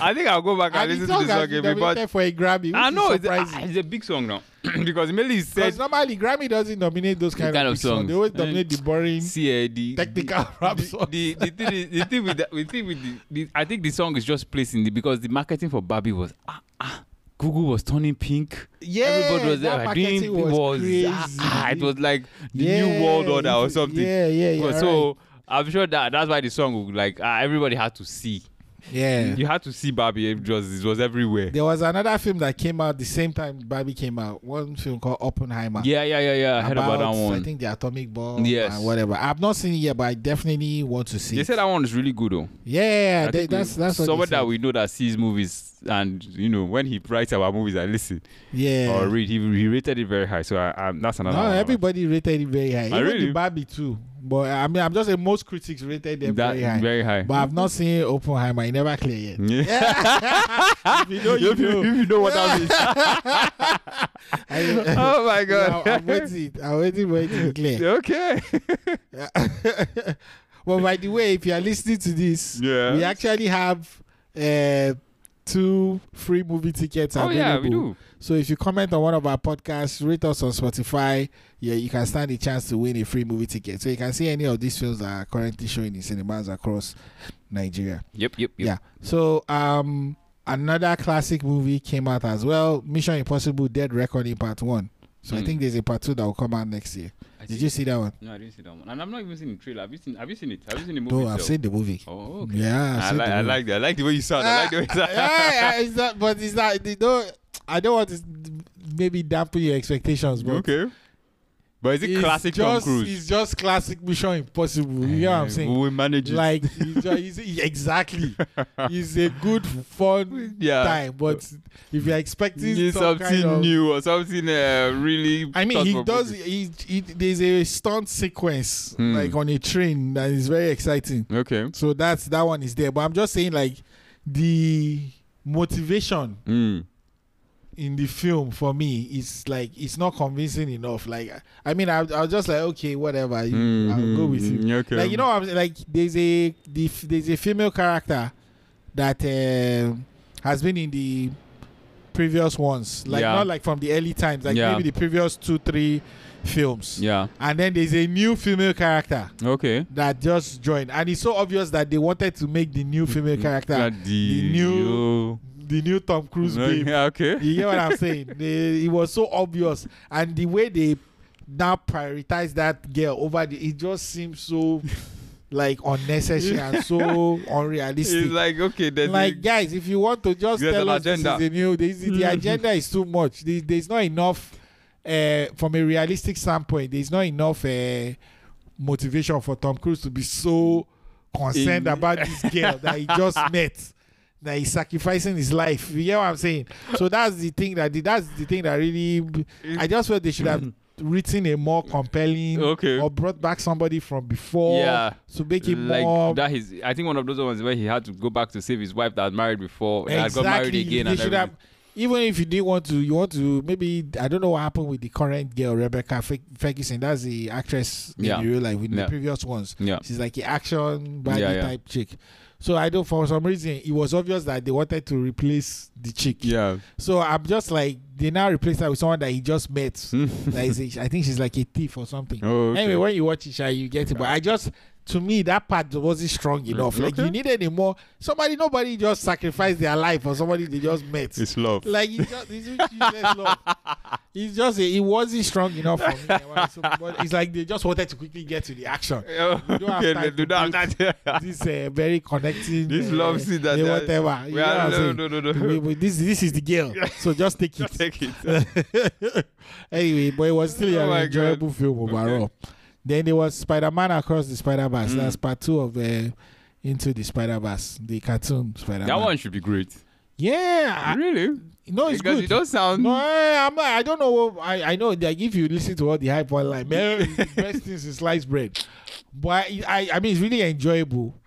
C: I think I'll go back
B: And
C: and,
B: the
C: listen
B: song
C: to this
B: has
C: song
B: been
C: again because
B: nominated for a Grammy, which
C: I know
B: is
C: it's a,
B: surprising.
C: it's a big song now because mainly it
B: Because
C: said
B: normally Grammy doesn't nominate those kind,
C: kind
B: of,
C: of
B: big songs.
C: songs.
B: They always
C: Eh.
B: nominate the boring
C: see uh, the
B: technical
C: the,
B: rap
C: the-
B: songs.
C: The, the, thing is, the thing with the, the thing with the, the I think the song is just placing the because the marketing for Barbie was ah ah Google was turning pink.
B: yeah,
C: Everybody was
B: that
C: there.
B: marketing
C: doing
B: was crazy.
C: ah, ah, it was like the new world order or
B: if-
C: something.
B: Yeah, yeah, yeah.
C: Because- so I'm sure that that's why the song would like ah, everybody had to see.
B: alright. yeah.
C: You had to see Barbie. It was it was everywhere.
B: There was another film that came out the same time Barbie came out. One film called Oppenheimer.
C: Yeah, yeah, yeah, yeah. I heard about, that one.
B: I think the atomic bomb.
C: Yes.
B: And whatever. I've not seen it yet, but I definitely want to see.
C: they
B: it.
C: said that one is really good though.
B: Yeah,
C: I
B: they,
C: think we-
B: that's that's what they
C: someone
B: said.
C: that we know that sees movies and you know when he writes about movies, I listen
B: Yeah.
C: or read. He, he rated it very high, so I, i that's another.
B: no,
C: one.
B: everybody rated it very high. Even
C: really?
B: the Barbie too. But I mean, I'm just saying most critics rated them
C: That
B: very high.
C: very high.
B: But I've not seen Oppenheimer. It never clear yet.
C: if
B: you know, you
C: if you,
B: know.
C: what that is.
B: I,
C: oh my
B: I,
C: god.
B: I'm waiting. I'm waiting for it to be clear.
C: okay.
B: Well, by the way, if you are listening to this,
C: Yeah.
B: we actually have uh, two free movie tickets
C: oh
B: available.
C: yeah, we do.
B: So if you comment on one of our podcasts, rate us on Spotify, yeah, you can stand a chance to win a free movie ticket. So you can see any of these films that are currently showing in cinemas across Nigeria.
C: Yep, yep, yep.
B: Yeah. So um another classic movie came out as well, Mission Impossible Dead Reckoning Part 1. So I
C: Hmm.
B: think there's a part 2 that will come out next year.
C: I
B: Did
C: see.
B: you see that one?
C: No, I didn't see that one. And I'm not even seeing the trailer. Have you seen have you seen it? Have you seen the movie?
B: No, I've
C: itself?
B: seen the movie.
C: Oh okay.
B: Yeah, I've
C: I
B: seen
C: like
B: the movie.
C: I
B: Ah,
C: like that. I like the way you sound. I like the way you sound.
B: Yeah, yeah, it's not, but it's not, you know, I don't want to maybe dampen your expectations, but
C: okay. But is it classic Tom
B: just,
C: Cruise?
B: It's just classic Mission Impossible. You know what I'm
C: Eh,
B: saying?
C: We manage it.
B: Like, it's ju- it's- exactly. It's a good, fun
C: yeah.
B: time, but if you're expecting
C: Need
B: some
C: something
B: kind of-
C: new or something uh, really.
B: I mean, he does.
C: thought-provoking.
B: He, he, there's a stunt sequence
C: Hmm.
B: like on a train that is very exciting.
C: Okay.
B: So that's that one is there. But I'm just saying, like the motivation
C: Mm.
B: in the film for me is like it's not convincing enough. Like I mean, I, I was just like, okay, whatever, you, I'll go with you.
C: Mhm. Okay.
B: Like you know, I'm like there's a the, f- there's a female character that um has been in the previous ones, like
C: Yeah.
B: not like from the early times, like
C: Yeah.
B: maybe the previous two three films.
C: Yeah.
B: And then there's a new female character
C: Okay.
B: that just joined, and it's so obvious that they wanted to make the new
C: Mm-hmm.
B: female character
C: Got
B: the new- the new Tom Cruise
C: Okay,
B: babe.
C: Okay.
B: You hear what I'm saying? They, it was so obvious, and the way they now prioritize that girl over the, it just seems so like unnecessary and so
C: It's
B: unrealistic. Like,
C: like okay. There's a,
B: guys, if you want to just
C: There's
B: tell
C: an
B: us this is
C: agenda.
B: the new, this is, the
C: Mhm.
B: agenda is too much. There, there's not enough uh, from a realistic standpoint. There's not enough uh, motivation for Tom Cruise to be so concerned
C: In-
B: about this girl that he just met that he's sacrificing his life. You hear what I'm saying? So that's the thing that that's the thing that really I just felt they should have written a more compelling
C: Okay.
B: or brought back somebody from before
C: Yeah.
B: to make it
C: like
B: more
C: that is I think one of those ones where he had to go back to save his wife that had married before that got married
B: exactly.
C: again
B: they
C: and
B: should have
C: everything.
B: even if you didn't want to you want to maybe I don't know what happened with the current girl Rebecca Fe- Ferguson that's the actress
C: Yeah.
B: in real life with
C: Yeah.
B: the previous ones
C: yeah
B: She's like an action baddie
C: Yeah, yeah.
B: type chick. So I don't. For some reason, it was obvious that they wanted to replace the chick.
C: yeah
B: So I'm just like they now replaced her with someone that he just met. that is, a, I think she's like a thief or something.
C: oh okay.
B: Anyway, when you watch it, Sha, you get it. But I just, to me, that part wasn't strong enough. Like
C: Mm, Okay.
B: you needed a more somebody. Nobody just sacrificed their life for somebody they just met.
C: it's love
B: Like it's just, it's just useless love. It's just a, it wasn't strong enough for me. So, but it's like they just wanted to quickly get to the action
C: Oh,
B: you don't have
C: okay
B: time
C: they
B: to
C: do not
B: build-
C: have that
B: this uh, very connecting.
C: this
B: uh,
C: love scene that
B: eh,
C: they are-
B: whatever. You know what
C: yeah,
B: I'm
C: no,
B: saying?
C: no no no
B: We- we- This this is the girl, so just take
C: Just
B: it.
C: take it
B: anyway, but it was still
C: Oh my
B: an
C: God.
B: enjoyable film overall. Then there was Spider Man Across the Spider Verse.
C: Mm.
B: That's part two of uh, Into the Spider Verse, the cartoon Spider Man.
C: that one should be great
B: yeah, I-
C: really
B: no, it's
C: because
B: Ah. good.
C: it does sound
B: No, I, I'm not, I don't know. I, I know that if you listen to all the hype online, man, the best things is sliced bread. But I, I, I mean, it's really enjoyable.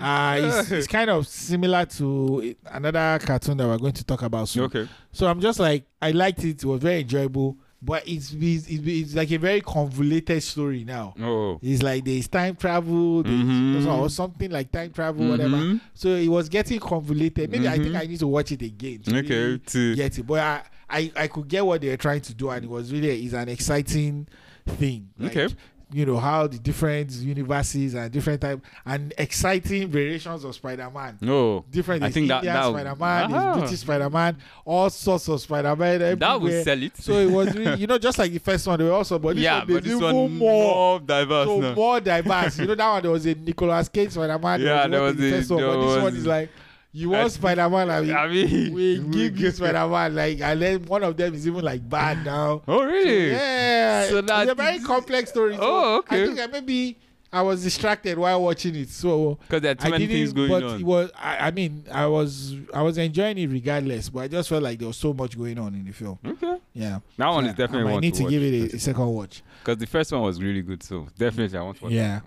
B: Uh, it's, it's kind of similar to another cartoon that we're going to talk about soon.
C: okay
B: So I'm just like, I liked it. It was very enjoyable. But it's it's, it's, it's like a very convoluted story now.
C: oh
B: It's like there's time travel, there's,
C: Mhm.
B: or something like time travel, whatever.
C: Mhm.
B: So it was getting convoluted. Maybe I think
C: Mhm.
B: I need to watch it again. to
C: okay
B: really
C: to,
B: get it. But I, I, I could get what they were trying to do, and it was really it's an exciting thing. Like,
C: Okay.
B: You know how the different universes and different type and exciting variations of Spider-Man.
C: oh
B: Different.
C: I
B: there's
C: think that-
B: Indian
C: that-
B: Spider-Man, there's
C: Ah.
B: British Spider-Man, all sorts of Spider-Man. Everywhere.
C: that would sell it
B: So it was, really, you know, just like the first one, they were also, but this
C: yeah
B: one, they
C: but this
B: did
C: one
B: even more.
C: diverse
B: So
C: now.
B: more diverse. You know that one there was a Nicolas Cage Spider-Man.
C: Yeah,
B: there was,
C: there
B: one in the
C: was
B: first
C: a-
B: one, but
C: there
B: this one
C: was-
B: is like you
C: I
B: want
C: think-
B: Spider-Man. I mean,
C: I mean
B: we give you Spider Man like and then one of them is even like bad now.
C: oh really
B: Yeah,
C: So that-
B: it's a very complex story. So
C: Oh, okay.
B: I think I maybe I was distracted while watching it, so
C: because there are
B: I
C: too many
B: didn't.
C: things going
B: but
C: on
B: it was I, I mean I was I was enjoying it regardless, but I just felt like there was so much going on in the film.
C: okay
B: Yeah.
C: That one
B: So
C: is definitely
B: I might
C: one
B: need
C: to
B: to,
C: watch.
B: give it a, a second watch.
C: because the first one was really good. So definitely, I want to watch.
B: Yeah.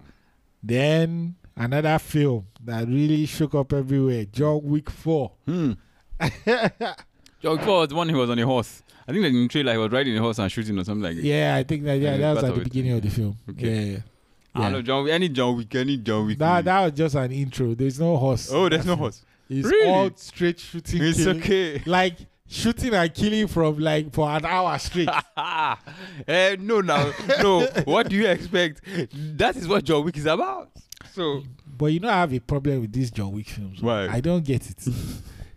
B: Then another film that really shook up everywhere, John Wick 4.
C: that one. Hmm. John Paul was the one who was on a horse. I think that in the trailer he was riding a horse and shooting or something like that.
B: yeah, I think that yeah,
C: And
B: that was
C: part
B: at
C: of
B: the
C: it,
B: beginning of the film.
C: Okay.
B: Yeah, yeah.
C: I don't know John Wick, any John Wick, any John Wick.
B: That,
C: movie.
B: that was just an intro. There's no horse.
C: oh, there's no horse.
B: It's
C: Really?
B: all straight shooting.
C: It's
B: killing.
C: okay.
B: Like shooting and killing from like for an hour straight.
C: Eh, no, now, no. What do you expect? That is what John Wick is about. So
B: but you know, I have a problem with these John Wick films.
C: Why?
B: I don't get it.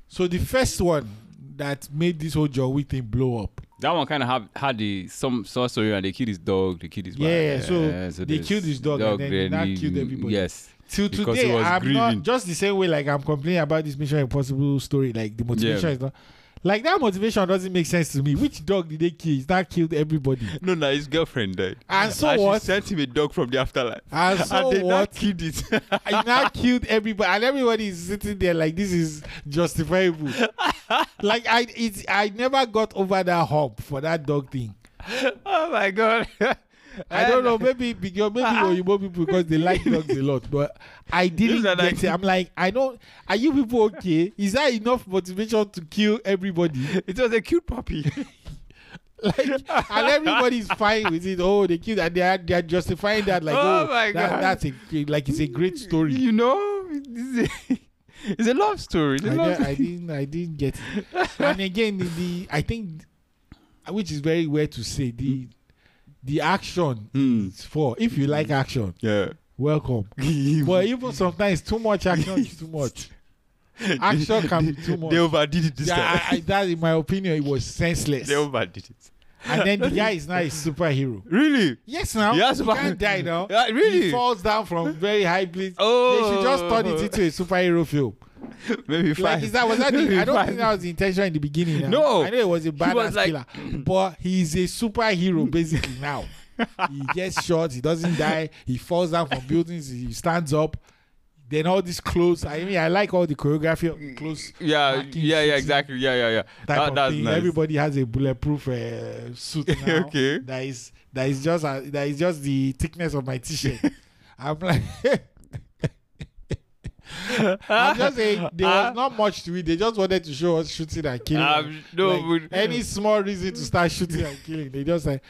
B: so the first one that made this whole John Wick thing blow up.
C: that one kind of have had the some sort of story, and they killed his dog. They killed his wife.
B: Yeah, so
C: Eh,
B: they
C: this
B: killed his dog and then
C: then
B: that
C: he-
B: killed everybody.
C: Yes,
B: Till
C: Because he
B: today,
C: was
B: I'm
C: grieving.
B: not just the same way. Like I'm complaining about this Mission Impossible story. Like the motivation
C: Yeah.
B: is not. Like that motivation doesn't make sense to me. Which dog did they kill? It's not killed everybody.
C: no, no, his girlfriend died,
B: And so
C: she
B: what?
C: sent him a dog from the afterlife.
B: And so
C: and they now
B: what?
C: killed it.
B: I now killed everybody, and everybody is sitting there like this is justifiable. like I, it's I never got over that hump for that dog thing.
C: oh my god.
B: I don't know, maybe because maybe
C: Ah,
B: Oyibo people because they like dogs a lot, but I didn't
C: These are
B: get
C: like-
B: it. I'm like, I don't. Are you people okay? Is that enough motivation to kill everybody?
C: It was a cute puppy.
B: like and everybody's fine with it. Oh, they killed and they are they are justifying that like
C: Oh
B: oh,
C: my
B: that-
C: God.
B: that's a like it's a great story.
C: you know, it's a, it's a love story. It's
B: I,
C: a
B: di-
C: love
B: I didn't I didn't get it. And again, the, the I think which is very weird to say the the action
C: Hmm.
B: is for if you like action,
C: Yeah.
B: welcome. But even sometimes too much action is too much. Action can be too
C: They
B: much.
C: overdid it this
B: Yeah,
C: time.
B: I, I, that in my opinion, it was senseless.
C: they overdid it.
B: And then the guy is now a superhero.
C: Really?
B: Yes, now
C: Yes,
B: he
C: but-
B: can't die now.
C: Yeah, really? Oh.
B: He falls down from very high place. They should just turn it into a superhero film.
C: maybe five.
B: Like, is that was that? The, I don't
C: Fine.
B: think that was the intention in the beginning. now.
C: No.
B: I know it was a badass
C: was like-
B: killer, but he's a superhero basically now. he gets shot, he doesn't die, he falls down from buildings, he stands up. Then all these clothes. I mean, I like all the choreography of clothes.
C: Yeah,
B: Hacking,
C: yeah, yeah,
B: shooting
C: exactly. Yeah, yeah, yeah.
B: Type
C: That,
B: of
C: that's
B: thing.
C: nice.
B: Everybody has a bulletproof uh, suit now.
C: Okay.
B: That is that is just uh, that is just the thickness of my t-shirt. I'm like. I'm just saying there was not much to it. They just wanted to show us shooting and killing.
C: Um, no,
B: Like,
C: but-
B: any small reason to start shooting and killing, they just like.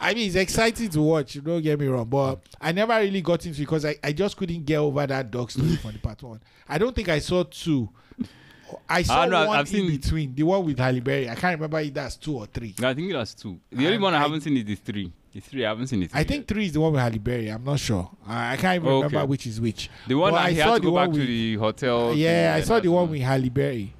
B: I mean, it's exciting to watch. Don't get me wrong, but I never really got into it because I, I just couldn't get over that dog story from the part one. I don't think I saw two. I saw
C: Ah, no, I've-
B: one
C: I've
B: in
C: seen-
B: between, the one with Halle Berry. I can't remember if that's two or three.
C: I think that's two. The only
B: Um,
C: one I,
B: I-
C: haven't seen is the three. The three I haven't seen. The three
B: I think three is the one with Halle Berry. I'm not sure. I, I can't even
C: Okay.
B: remember which is which.
C: yet. the one
B: But
C: I
B: I
C: he
B: saw
C: had to
B: the
C: go
B: one
C: back to
B: with-
C: the hotel. thing,
B: Yeah, I saw
C: that's
B: the one with Halle Berry.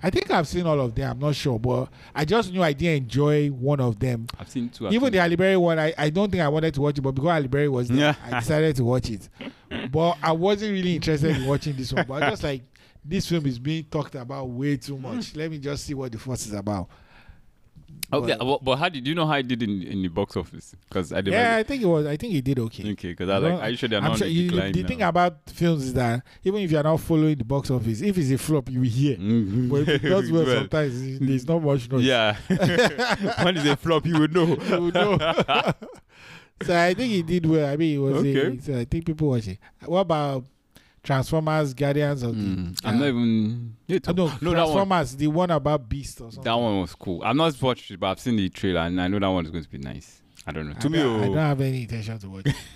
B: I think I've seen all of them. I'm not sure, but I just knew I didn't enjoy one of them.
C: I've seen two. I
B: Even
C: think.
B: the Halle Berry one, I, I don't think I wanted to watch it, but because Halle Berry was there,
C: Yeah.
B: I decided to watch it. But I wasn't really interested in watching this one. But I was just like, this film is being talked about way too much.
C: Mm.
B: Let me just see what the fuss is about.
C: Okay,
B: Well-
C: but, but how did do you know how it did in, in the box office? Because I didn't.
B: Yeah, I think it was. I think it did okay.
C: Okay, because I like.
B: Well,
C: Are you sure they're
B: I'm
C: not
B: sure
C: on
B: you-
C: the decline
B: the thing about films is that even if you're not following the box office, if it's a flop, you will hear.
C: Mm.
B: But if it does well,
C: Well, mm.
B: sometimes there's not much noise.
C: yeah, one is a flop. You would know.
B: You would know. so I think he did well. I mean, it was. A,
C: Okay.
B: it's a- I think people watch it. What about Transformers: Guardians of
C: Mm.
B: the?
C: I'm not even. Yeah,
B: Uh, no,
C: no, that one.
B: Transformers, the one about Beast or something.
C: That one was cool. I'm not watched it, but I've seen the trailer and I know that one is going to be nice. I don't know.
B: I
C: To me,
B: don't- I
C: oh,
B: don't have any intention to watch. it.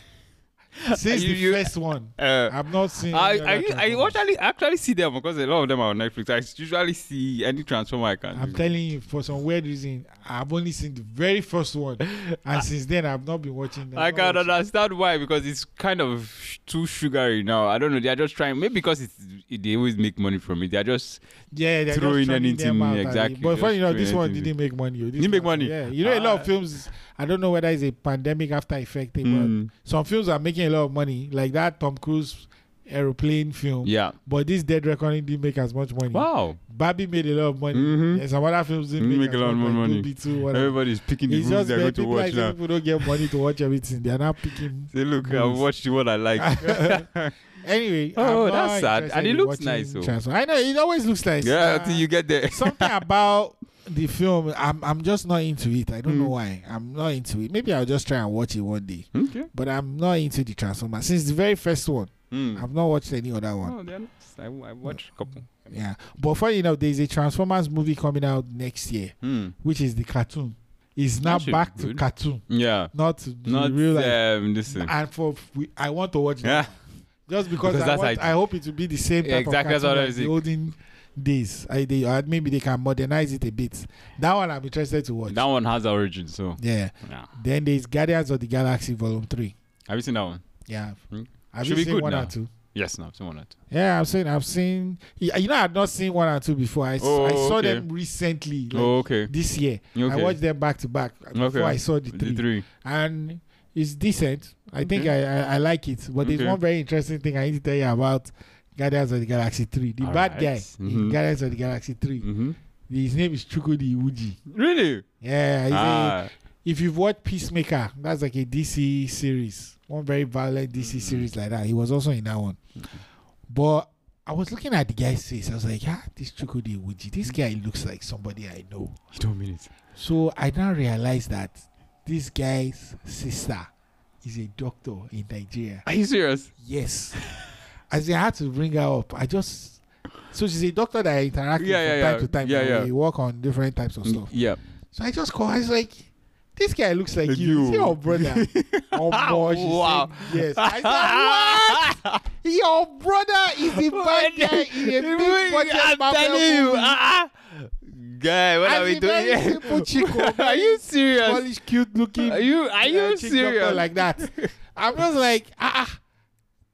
B: Since
C: You-
B: the
C: you-
B: first one,
C: uh,
B: I've not seen.
C: I,
B: any other
C: I, I
B: Transformers.
C: actually actually see them because a lot of them are on Netflix. I usually see any transformer I can.
B: I'm telling you, for some weird reason, I've only seen the very first one, and since then I've not been watching. I've
C: Ah. I
B: not
C: can
B: watched-
C: understand why because it's kind of sh- too sugary now. I don't know. They're just trying. Maybe because it's it, they always make money from it. They're just
B: Yeah, they're
C: throwing
B: just throwing
C: anything,
B: them out at
C: exactly,
B: it. But
C: just
B: funny enough, this
C: throwing
B: one
C: anything.
B: didn't make money. oh, this
C: Didn't make
B: one-
C: money?
B: Yeah, you know, a lot
C: Ah.
B: of films. I don't know whether it's a pandemic after effect thing,
C: Mm.
B: but some films are making a lot of money, like that Tom Cruise aeroplane film.
C: yeah.
B: But this Dead Reckoning didn't make as much money.
C: Wow.
B: Barbie made a lot of money.
C: Mhm.
B: And some other films didn't
C: Didn't
B: make,
C: make
B: as
C: a lot
B: much
C: more money.
B: Doobie too, whatever.
C: Everybody's picking the
B: It's
C: movies
B: just
C: they're
B: where
C: going to
B: people,
C: watch
B: like,
C: now.
B: people don't get money to watch everything. They're not picking
C: Say, look, I
B: movies.
C: watched the one I like.
B: Anyway,
C: Oh,
B: I'm
C: that's
B: not
C: sad.
B: interested
C: And it
B: in
C: looks
B: watching
C: nice, though.
B: Transform- I know it always looks nice.
C: yeah,
B: Uh,
C: till you get there.
B: something about the film, I'm I'm just not into it. I don't
C: Mm.
B: know why. I'm not into it. Maybe I'll just try and watch it one day.
C: Okay.
B: But I'm not into the Transformer since the very first one. I've not watched any other one.
C: Hmm. Oh, they're nice. I, I watch a couple.
B: Yeah, but funny enough, there's a Transformers movie coming out next year,
C: Mm.
B: which is the cartoon. It's now
C: should be
B: back to
C: good.
B: cartoon,
C: Yeah.
B: not to the
C: Not
B: real life.
C: um, this thing.
B: And for we, I want to watch that
C: Yeah.
B: just because,
C: Because
B: I,
C: that's
B: want,
C: how it-
B: I hope it will be the same type
C: Exactly,
B: of
C: that's what
B: cartoon
C: I
B: like
C: was
B: the
C: thinking.
B: olden days. I they or maybe they can modernize it a bit. That one I'm interested to watch.
C: That one has origin, so
B: yeah.
C: yeah.
B: Then there's Guardians of the Galaxy Volume Three.
C: Have you seen that one?
B: Yeah.
C: Hmm.
B: Have
C: Should
B: you
C: be
B: seen
C: good
B: one
C: now.
B: or two?
C: Yes, no, I've seen one of it.
B: Yeah, I've seen. I've seen. yeah, You know, I've not seen one or two before. I, s-
C: Oh,
B: I saw
C: okay.
B: them recently. like,
C: Oh, okay.
B: This year, I
C: Okay.
B: watched them back to back before
C: Okay.
B: I saw the
C: The
B: three,
C: three.
B: and it's decent. I think I,
C: Okay.
B: I I like it, but there's
C: Okay.
B: one very interesting thing I need to tell you about Guardians of the Galaxy Three. The
C: All
B: bad
C: right.
B: guy in
C: Mhm.
B: Guardians of the Galaxy 3
C: Mm-hmm.
B: his name is Chukwudi Uji.
C: Really?
B: Yeah, he's a-
C: ah,
B: if you've watched Peacemaker, that's like a DC series, one very violent DC
C: Mm-hmm.
B: series like that. He was also in that one. But I was looking at the guy's face. I was like, yeah, this Chukwudi Uji, this guy looks like somebody I know.
C: you don't mean it.
B: So I now realized that this guy's sister is a doctor in Nigeria.
C: Are you serious?
B: Yes. As I had to bring her up, I just so she's a doctor that I interact
C: Yeah,
B: with from
C: yeah,
B: time
C: yeah.
B: to time.
C: Yeah,
B: and
C: yeah. Mm,
B: We work on different types of stuff.
C: Yeah.
B: So I just called. I was like, this guy looks like you.
C: You.
B: Is he your brother? oh, boy. She
C: Wow.
B: Said, yes. I said, what? Your brother is the bad guy in a big budget
C: I'm
B: Marvel
C: telling you,
B: movie.
C: ah, ah. guy, what
B: And
C: are we
B: a very
C: doing?
B: simple chico.
C: are you serious?
B: Polish, cute looking.
C: Are you are
B: uh,
C: you
B: chick
C: serious?
B: doctor like that. I'm just like, ah, ah,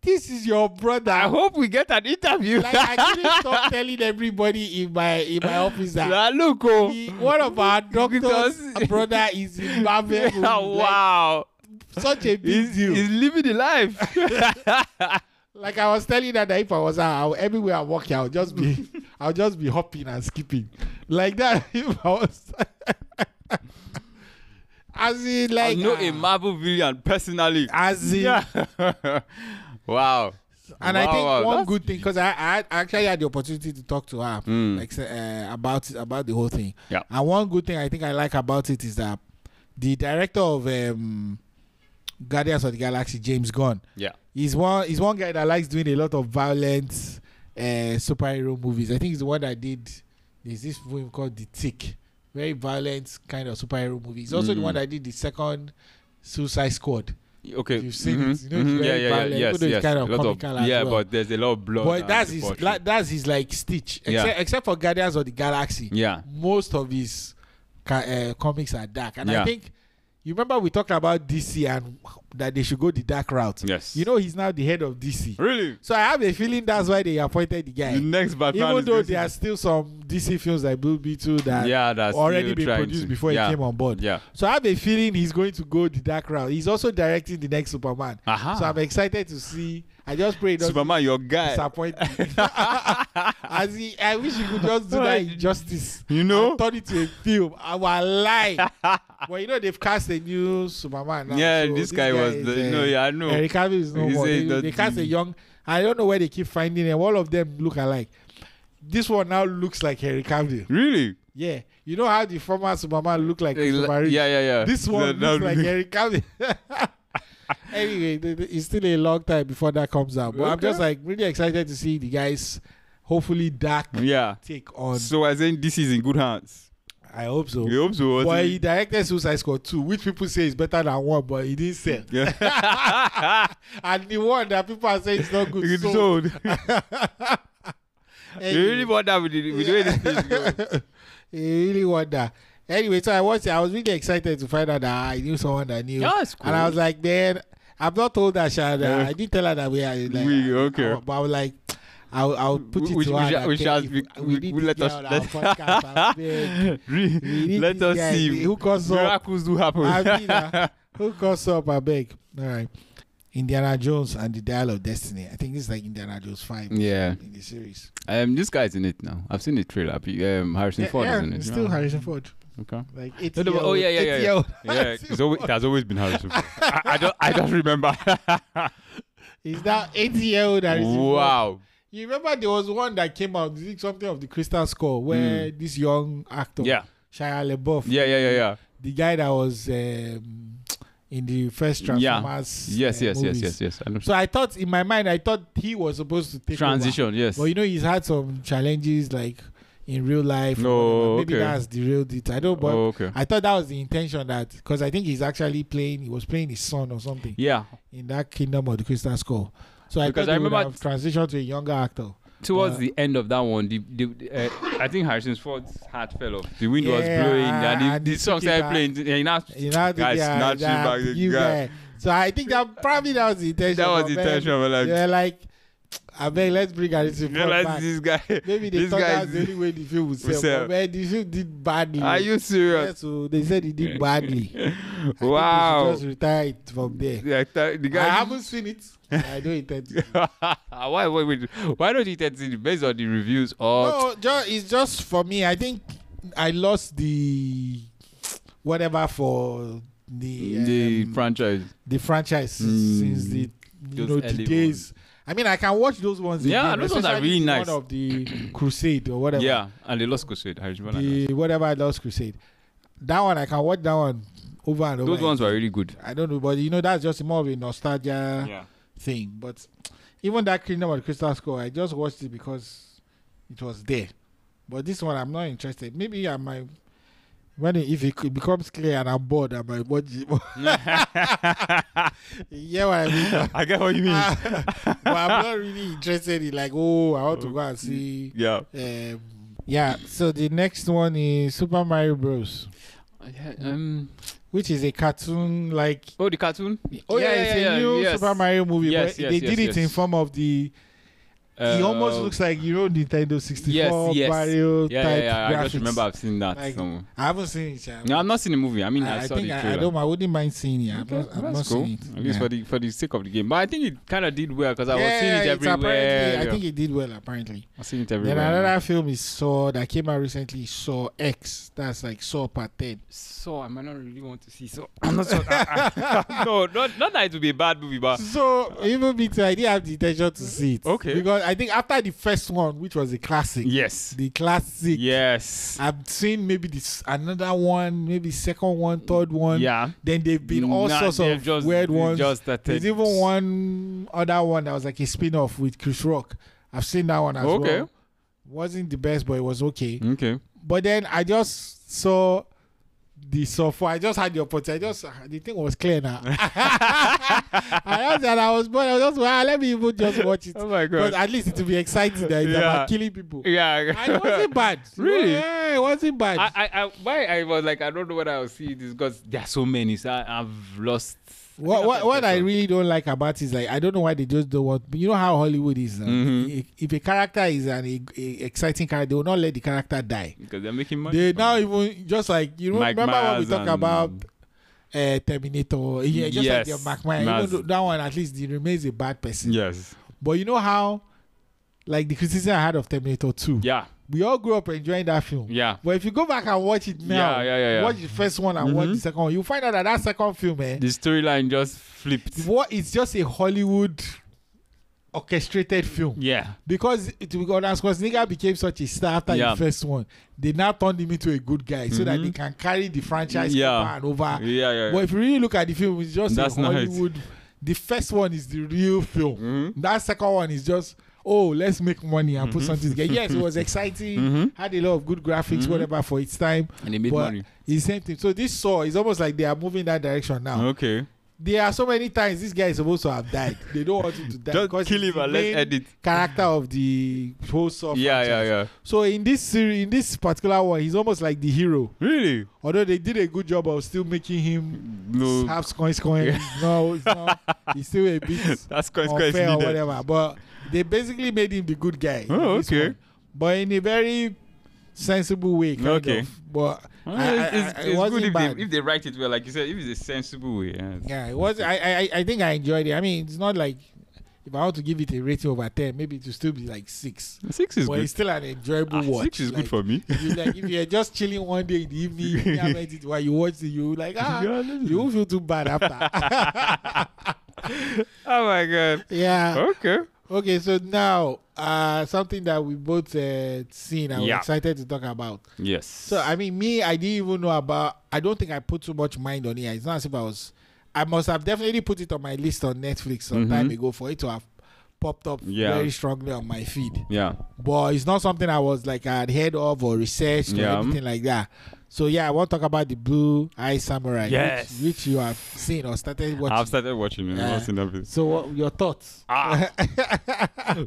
B: this is your brother.
C: I hope we get an interview.
B: like I couldn't stop telling everybody in my in my office that
C: Ah, look, oh.
B: he- one of our doctors
C: Because-
B: brother is in Marvel. movie.
C: Ah,
B: Like,
C: wow.
B: such a big
C: He's,
B: deal.
C: he's living the life.
B: like I was telling her that if I was her, I would- everywhere I walk, I'll just be I'll just be hopping and skipping. Like that if I was As in
C: I
B: like
C: know
B: ah,
C: a Marvel villain personally.
B: as in
C: Ah, Yeah. wow.
B: And I
C: Wow,
B: think
C: wow,
B: one
C: that's-
B: good thing because I, I actually had the opportunity to talk to her like uh, about about the whole thing.
C: Hmm. Yeah.
B: And one good thing I think I like about it is that the director of um, Guardians of the Galaxy, James Gunn,
C: Yeah.
B: he's one he's one guy that likes doing a lot of violent uh, superhero movies. I think he's the one that did there's this film called The Tick, very violent kind of superhero movie. He's also the
C: Mm.
B: one that did the second Suicide Squad.
C: Okay.
B: If you've seen
C: Mhm,
B: it, you know it's
C: mhm.
B: very
C: yeah, yeah,
B: violent,
C: yeah.
B: even
C: Yes,
B: though it's
C: yes.
B: kind of
C: a lot of,
B: comical as
C: yeah,
B: well.
C: but there's a lot of blood.
B: But
C: and
B: that's his
C: debauchery.
B: like, that's his like Stitch, except,
C: Yeah.
B: except for Guardians of the Galaxy.
C: yeah.
B: Most of his ca- uh, comics are dark, and I
C: Yeah.
B: think you remember we talked about DC and that they should go the dark route.
C: Yes.
B: You know he's now the head of DC,
C: Really?
B: so I have a feeling that's why they appointed the guy.
C: The next Batman.
B: Even
C: is
B: though
C: going to-
B: there are still some DC films like Blue Beetle that
C: yeah, that's
B: already
C: still
B: been
C: trying
B: produced
C: to-
B: before
C: yeah.
B: he came on board.
C: Yeah.
B: So I have a feeling he's going to go the dark route. He's also directing the next Superman.
C: Aha.
B: So I'm excited to see. I just pray it doesn't
C: Superman, your guy.
B: disappoint me. As he, I wish he could just do that injustice.
C: You know?
B: and turn it to a film. I will lie. but you know they've cast a new Superman. Now,
C: yeah,
B: so
C: this, guy, was.
B: is,
C: The,
B: uh,
C: no, yeah, I know.
B: Henry Cavill is no
C: He's
B: more.
C: a-
B: They,
C: that-
B: they cast a young. I don't know where they keep finding him. All of them look alike. This one now looks like Henry Cavill.
C: Really?
B: Yeah, you know how the former Superman looked like
C: Eh,
B: Christopher
C: like-
B: Reeve?
C: yeah, yeah, yeah.
B: This one
C: No,
B: looks
C: no,
B: like
C: no.
B: Henry Cavill. anyway, th- th- it's still a long time before that comes out, but I'm
C: Okay.
B: just like really excited to see the guys. Hopefully, dark
C: Yeah.
B: take on.
C: So I think this is in good hands.
B: I hope so.
C: We hope so.
B: But he directed Suicide Squad 2, which people say is better than one, but he didn't sell.
C: Yeah.
B: And the one that people are saying is not good.
C: It's
B: sold.
C: sold.
B: Anyway.
C: You really want that with the, with the way this thing goes.
B: you really wonder. Anyway, so I watched it. I was really excited to find out that I knew someone that knew.
C: Yeah, it's cool.
B: And I was like, man, I've not told her, Shada.
C: Yeah.
B: I did tell her that we are like,
C: We- okay.
B: I- but I was like, I'll, I'll put it
C: We-
B: to
C: we
B: her.
C: shall-
B: that,
C: we
B: okay,
C: shall
B: if
C: be-
B: we
C: we-
B: need
C: we
B: this
C: let
B: girl
C: us-
B: on our
C: let-
B: podcast, I beg.
C: Re-
B: We need
C: Let
B: this
C: us
B: guy.
C: see.
B: Hook us up.
C: Miracles do happen.
B: I mean, uh, hook us up, I beg. All right. Indiana Jones and the Dial of Destiny. I think this is like Indiana Jones 5
C: yeah.
B: in the series.
C: Um, this guy's in it now. I've seen the trailer. P- Um, Harrison
B: Yeah,
C: Ford
B: yeah,
C: is in it.
B: it's still
C: yeah.
B: Harrison Ford.
C: Okay.
B: Like eight
C: No, no,
B: year
C: but- oh,
B: old-
C: yeah, yeah,
B: eight
C: yeah, yeah.
B: year old
C: Yeah,
B: Harrison
C: it's always, it has always been Harrison Ford. I, I don't. I don't remember.
B: He's now 80 year old Harrison Ford.
C: wow.
B: You remember there was one that came out, is it something of the Crystal Skull, where this young actor
C: Hmm. Yeah.
B: Shia LaBeouf.
C: Yeah, yeah, yeah, yeah.
B: The guy that was um, in the first
C: Yeah.
B: Transformers.
C: Yes,
B: uh,
C: yes, yes,
B: movies.
C: yes, yes. I know.
B: So I thought in my mind, I thought he was supposed to take over.
C: Transition, yes.
B: But you know, he's had some challenges like in real life. or
C: No,
B: whatever. maybe
C: Oh, okay.
B: that's the real it. I don't. But
C: Oh, okay.
B: I thought that was the intention that because I think he's actually playing. He was playing his son or something
C: Yeah.
B: in that Kingdom of the Crystal Skull. So I
C: Because
B: thought
C: I
B: he would
C: remember-
B: have transitioned to a younger actor.
C: Towards
B: Uh,
C: the end of that one, the, the, uh, I think Harrison Ford's heart fell off. The wind was
B: Yeah,
C: blowing, and,
B: and
C: the,
B: he
C: the song
B: took it
C: started
B: back.
C: playing. And he now,
B: You know,
C: guys,
B: they are-
C: snatch it
B: they are
C: back. the
B: you
C: guy.
B: guy. So I think that probably that was the intention.
C: That was
B: but
C: the
B: then
C: intention. But like,
B: They were like, I beg, let's bring Harrison Ford
C: realize
B: back.
C: this guy.
B: Maybe they
C: this
B: thought
C: guy
B: that's
C: is-
B: the only way the film would
C: would
B: sell.
C: sell.
B: But man, the film did badly.
C: Are you serious?
B: Yeah, so they said he did badly. I think they should
C: wow.
B: Just retire it from there.
C: Yeah, th-
B: I
C: the guy.
B: haven't seen it. I don't intend to.
C: why, why, wait, why don't you test it based on the reviews or
B: No, ju- it's just for me. I think I lost the whatever for the um,
C: the franchise?
B: the franchise since,
C: Mm.
B: since the you
C: Those
B: know the
C: early
B: days. I mean, I can watch those ones.
C: Yeah,
B: again,
C: those ones are
B: especially
C: really
B: the
C: nice.
B: One of the Crusade or whatever.
C: Yeah, and they lost Crusade. Harrison Ford and Harrison.
B: the whatever Lost Crusade. That one I can watch that one over and over.
C: Those ones were really good.
B: I don't know, but you know that's just more of a nostalgia thing. But even that Kingdom of the Crystal Skull, I just watched it because it was there. But this one, I'm not interested. Maybe I might when it, if it, could- becomes clear and I'm bored, I might watch it. yeah, what I mean.
C: I get what you mean.
B: but I'm not really interested in like, oh, I want to go and see.
C: Yeah.
B: Um, yeah. So the next one is Super Mario Bros, Ah.
C: Um.
B: which is a cartoon like
C: Oh, the cartoon. Oh
B: yeah, it's a new
C: yes.
B: Super Mario movie.
C: Yes,
B: but
C: yes,
B: they
C: yes,
B: did it in
C: yes. Uh,
B: form of the. it almost looks like you know Nintendo 64
C: Yes, yes.
B: Mario
C: yeah, yeah,
B: type
C: yeah.
B: graphics.
C: I just remember I've seen that.
B: Like,
C: somewhere.
B: I haven't seen it. yeah.
C: No, I've not seen the movie. I mean, I,
B: I, I
C: saw
B: think
C: the
B: I, I
C: trailer.
B: don't. I wouldn't mind seeing it. I've
C: Okay,
B: not, I've not
C: that's cool.
B: seen it.
C: At least
B: Yeah.
C: for the for the sake of the game, but I think it kind of did well because I was
B: Yeah,
C: seeing it
B: it's
C: everywhere.
B: apparently-
C: yeah.
B: I think it did well apparently.
C: I've seen it
B: Then
C: everywhere.
B: another film is Saw that came out recently. Saw X. That's like Saw Part Ten.
C: So I might not really want to see. So I'm not sure. no, not not that it would be a bad movie, but
B: So even me too, I didn't have the intention to see it.
C: Ah. Okay.
B: Because I think after the first one, which was a classic,
C: yes,
B: the classic
C: yes,
B: I've seen maybe this another one, maybe second one, third one.
C: yeah.
B: Then they've been all
C: Nah,
B: sorts
C: they've
B: of weird
C: they've
B: ones.
C: Just that
B: There's even one other one that was like a spin-off with Chris Rock. I've seen that one as
C: Okay.
B: well. Wasn't the best, but it was okay.
C: Okay.
B: But then I just saw the software. I just had the opportunity. I just ah, the thing was clear now. I just and I was bored. I was just well, let me even just watch it.
C: Oh my
B: But
C: god.
B: at least it will be exciting that it's
C: Yeah.
B: about killing people.
C: yeah.
B: And it wasn't bad.
C: Really?
B: Yeah, it wasn't bad.
C: I, I, I, why I was like, I don't know whether I'll see this because there are so many. So I, I've lost.
B: What, what, what I really don't like about it is like I don't know why they just don't want. You know how Hollywood is. uh,
C: Mhm.
B: i- If a character is an e- e- exciting character, they will not let the character die.
C: because they're making money.
B: They
C: from
B: now
C: it.
B: even just like you know,
C: Mike
B: remember what we
C: Myers
B: talk
C: and-
B: about uh, Terminator. Yeah, just
C: Yes,
B: like the Mac Myers.
C: Myers.
B: Even though that one at least he remains a bad person.
C: Yes.
B: But you know how, like the criticism I had of Terminator Two,
C: Yeah.
B: we all grew up enjoying that film.
C: Yeah.
B: But if you go back and watch it now,
C: Yeah, yeah, yeah, yeah.
B: watch the first one and watch
C: Mhm.
B: the second one, you find out that that second film, eh,
C: The storyline just flipped.
B: what it's just a Hollywood orchestrated film
C: Yeah.
B: because it to be honest, Schwarzenegger became such a star after
C: Yeah.
B: the first one. They now turned him into a good guy so that
C: Mhm.
B: they can carry the franchise
C: Yeah.
B: over and over.
C: Yeah. Yeah.
B: But if you really look at the film, it's just
C: That's
B: a
C: not it.
B: Hollywood. The first one is the real film.
C: Mhm.
B: That second one is just oh, let's make money and
C: Mm-hmm.
B: put something together. Yes, it was exciting,
C: Mhm.
B: had a lot of good graphics,
C: Mhm.
B: whatever for its time.
C: And they made
B: but
C: money.
B: it's same thing. So this saw is almost like they are moving that direction now
C: Okay.
B: there are so many times this guy is supposed to have died. They don't want him to die.
C: Just
B: because
C: kill
B: he's
C: him
B: the
C: and let's
B: main
C: edit.
B: Character of the whole stuff.
C: Yeah. Yeah. Yeah.
B: So in this series, in this particular one, he's almost like the hero.
C: Really?
B: Although they did a good job of still making him
C: No.
B: half scoring scoring. No, it's not. He's still a bit
C: That's consequence
B: unfair or
C: needed.
B: whatever. But they basically made him the good guy. in
C: Oh,
B: this
C: okay.
B: one. But in a very sensible way, kind
C: Okay.
B: of. But
C: Well,
B: I- I-
C: it's
B: I-
C: it's
B: it wasn't
C: good if
B: bad.
C: they, if they write it well, like you said, if it's a sensible way. Yes.
B: Yeah, it was. I, I I- I think I enjoyed it. I mean, it's not like if I want to give it a rating over ten, maybe it will still be like six.
C: Six is
B: but
C: good.
B: it's still an enjoyable
C: Ah,
B: watch.
C: six is
B: Like,
C: good for me.
B: If you like if you're just chilling one day in the evening, you can't mind it while you watch it, you like ah,
C: Yeah, this is-
B: you won't feel too bad after.
C: oh my god.
B: yeah.
C: Okay.
B: Okay, so now uh, something that we both uh, seen and we're
C: Yeah.
B: excited to talk about.
C: Yes.
B: So I mean, me, I didn't even know about. I don't think I put too much mind on it. It's not as if I was. I must have definitely put it on my list on Netflix some time ago for it to have popped up
C: Mm-hmm. Yeah.
B: very strongly on my feed.
C: yeah.
B: But it's not something I was like I had heard of or researched
C: Yeah.
B: or anything like that. So yeah, I want to talk about the Blue Eye Samurai, which-
C: Yes.
B: which, you have seen or started watching.
C: I've started watching it.
B: Yeah.
C: I've seen everything.
B: so what your thoughts?
C: Ah.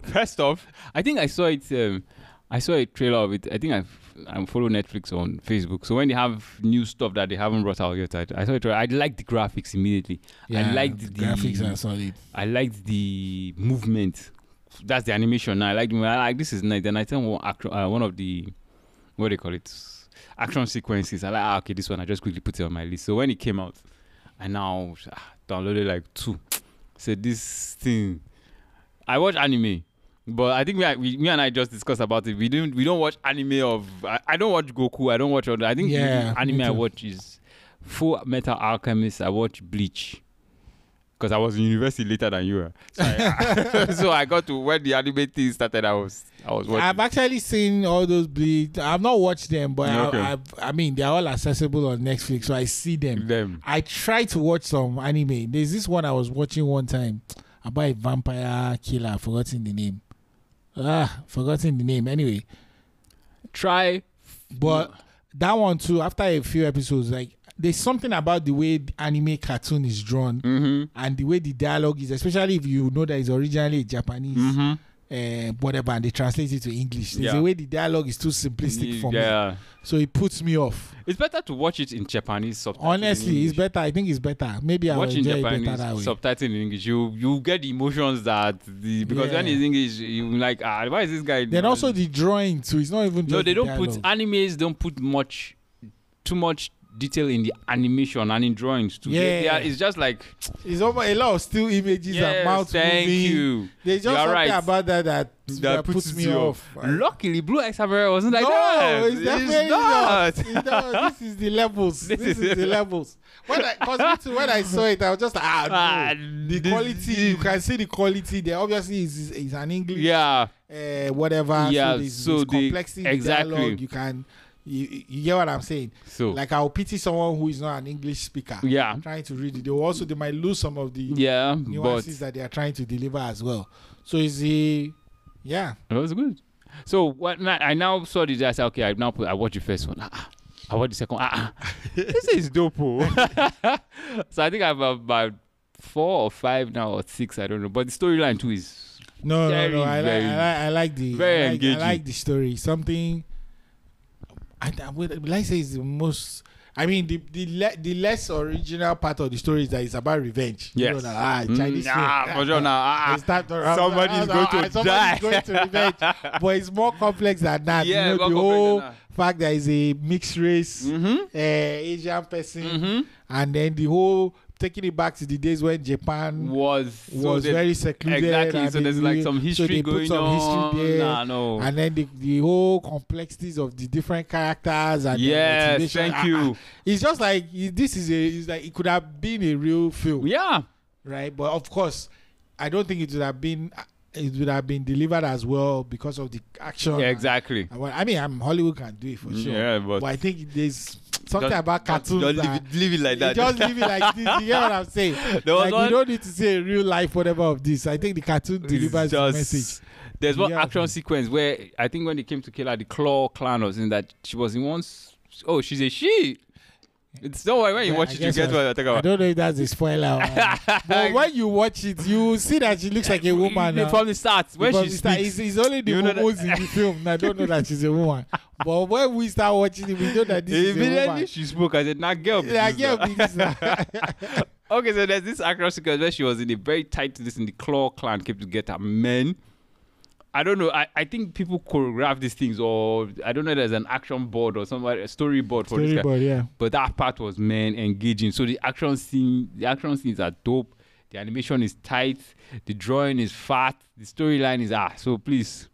C: First off, I think I saw it. Um, I saw a trailer of it. I think I've I follow Netflix on Facebook. So when they have new stuff that they haven't brought out yet, I, I saw it. I liked the graphics immediately. I liked the,
B: graphics are solid.
C: I liked the movement. That's the animation. Now I liked. I like this is nice. Then I think one, act- uh, one of the what do you call it action sequences. I like ah, okay this one. I just quickly put it on my list. So when it came out, I now ah, downloaded like two. So this thing, I watch anime, but I think we, are- we me and I just discussed about it. We didn't we don't watch anime of I, I don't watch Goku. I don't watch other. I think the
B: Yeah, me
C: anime I
B: too.
C: watch is Full Metal Alchemist. I watch Bleach. Because I was in university later than you were, so I, so I got to when the anime thing started. I was I was watching.
B: I've actually seen all those bleed. I've not watched them, but
C: Yeah, okay.
B: I, I've, I mean they're all accessible on Netflix, so I see them.
C: them.
B: I try to watch some anime. There's this one I was watching one time about a vampire killer. I've forgotten the name. Ah, forgotten the name. Anyway,
C: Try
B: but that one too. After a few episodes, like there's something about the way the anime cartoon is drawn
C: Mm-hmm.
B: and the way the dialogue is, especially if you know that it's originally Japanese.
C: Mm-hmm.
B: uh, whatever and they translate it to English. There's
C: Yeah.
B: a way the dialogue is too simplistic for me,
C: Yeah,
B: so it puts me off.
C: it's better to watch it in Japanese subtitles.
B: Honestly, it's better. I think it's better. Maybe I will
C: Watching
B: enjoy it better
C: Japanese
B: that way.
C: subtitled in English, you you get the emotions that the because when
B: Yeah.
C: it's English, you like ah, why is this guy?
B: then also the drawing too. It's not even just
C: no, they
B: the
C: don't put
B: dialogue.
C: animes don't put much too much detail in the animation and in drawings too. They- they are-
B: Yeah.
C: it's just like
B: It's almost a lot of still images
C: yes,
B: and mouth
C: thank
B: moving.
C: you.
B: There's
C: You
B: just
C: are
B: something
C: right.
B: about that that, that,
C: That
B: puts,
C: puts
B: me
C: you
B: off.
C: Luckily, Blue X Samurai wasn't like
B: no,
C: that. Ah,
B: it's definitely not. It's not. This is the levels.
C: This
B: This,
C: is
B: is,
C: it.
B: the levels. When I, 'cause me too, when I saw it, I was just like, ah, no.
C: Ah,
B: the
C: this-
B: quality you can see the quality there obviously is is an english
C: Yeah.
B: uh, whatever
C: Yeah,
B: so there's,
C: so
B: there's
C: the-
B: complexity
C: exactly.
B: dialogue you can you, you get what i'm saying
C: So
B: like i'll pity someone who is not an english speaker
C: yeah,
B: trying to read it they will also they might lose some of the
C: yeah, but
B: nuances that they are trying to deliver as well so is the yeah
C: It was good. So what? na- I now saw this. I said, okay, I now put. I watched the first one. Ah, ah. I watched the second. one. Ah, ah. this is dope. oh. so I think I've about four or five now or six. I don't know. But the storyline too is
B: no
C: Very,
B: no no I,
C: very-
B: like, I, like, I like the
C: very
B: I like,
C: engaging.
B: I like the story something I, I would like say is the most I mean the the, le- the less original part of the story is that it's about revenge. You
C: yes.
B: know, that, ah, Chinese
C: mm, ah,
B: film.
C: for sure now. Ah,
B: It's that-
C: ah. Somebody is
B: ah,
C: going
B: ah,
C: to
B: somebody
C: die.
B: is going to revenge. but it's more complex than that.
C: Yeah,
B: you know,
C: more
B: the
C: complex than
B: whole
C: that. Mm-hmm.
B: fact that it's a mixed race, uh, Asian person,
C: Hmm?
B: and then the whole taking it back to the days when Japan
C: was so
B: was
C: they-
B: very secluded.
C: Exactly.
B: and
C: So
B: they
C: there's like
B: really-
C: some
B: so
C: history
B: they
C: going
B: put some
C: on.
B: History there,
C: Nah, no.
B: And then the, the whole complexities of the different characters and their
C: yes.
B: motivation.
C: Thank
B: Ah,
C: you.
B: ah. It's just like it- this is a it's like it could have been a real film,
C: Yeah.
B: right? But of course, I don't think it would have been uh, it would have been delivered as well because of the action.
C: Yeah. Exactly.
B: And what- I mean, I'm Hollywood can do it for sure.
C: Yeah, but
B: But I think there's something
C: Don't-
B: about cartoons
C: don't leave
B: that
C: it, leave it like that.
B: just leave it like this. You get what I'm saying?
C: There was
B: like
C: one-
B: we don't need to say a real life whatever of this. I think the cartoon
C: It's
B: delivers the
C: just-
B: message.
C: There's one
B: Yeah.
C: action sequence where I think when it came to Killer, the Claw Clan was in that she was in one. s- Oh, she's a she. It's don't worry when you
B: Yeah,
C: watch
B: I
C: it, you
B: guess
C: get
B: I-
C: what I'm talking
B: I
C: about.
B: don't know if that's a spoiler. or not. but when you watch it, you will see that she looks like a woman. ah.
C: From-
B: now.
C: From the start, when
B: Because
C: she
B: it's, that- it's,
C: speaks,
B: it's only the
C: You know that-
B: momos in the film. and I don't know that she's a woman. But when we start watching it, we know that this is a
C: immediately
B: woman.
C: she spoke. I said, "Nah, girl."
B: Yeah, I
C: please, nah."
B: get it, this is-
C: Okay, so there's this action sequence where she was in a very tight this in the Claw Clan came to get her men. I don't know. I, I think people choreograph these things, or I don't know. There's an action board or somebody a storyboard for this guy.
B: Storyboard, yeah.
C: but that part was man engaging. So the action scene, the action scenes are dope. The animation is tight. The drawing is fat. The storyline is ah. So please,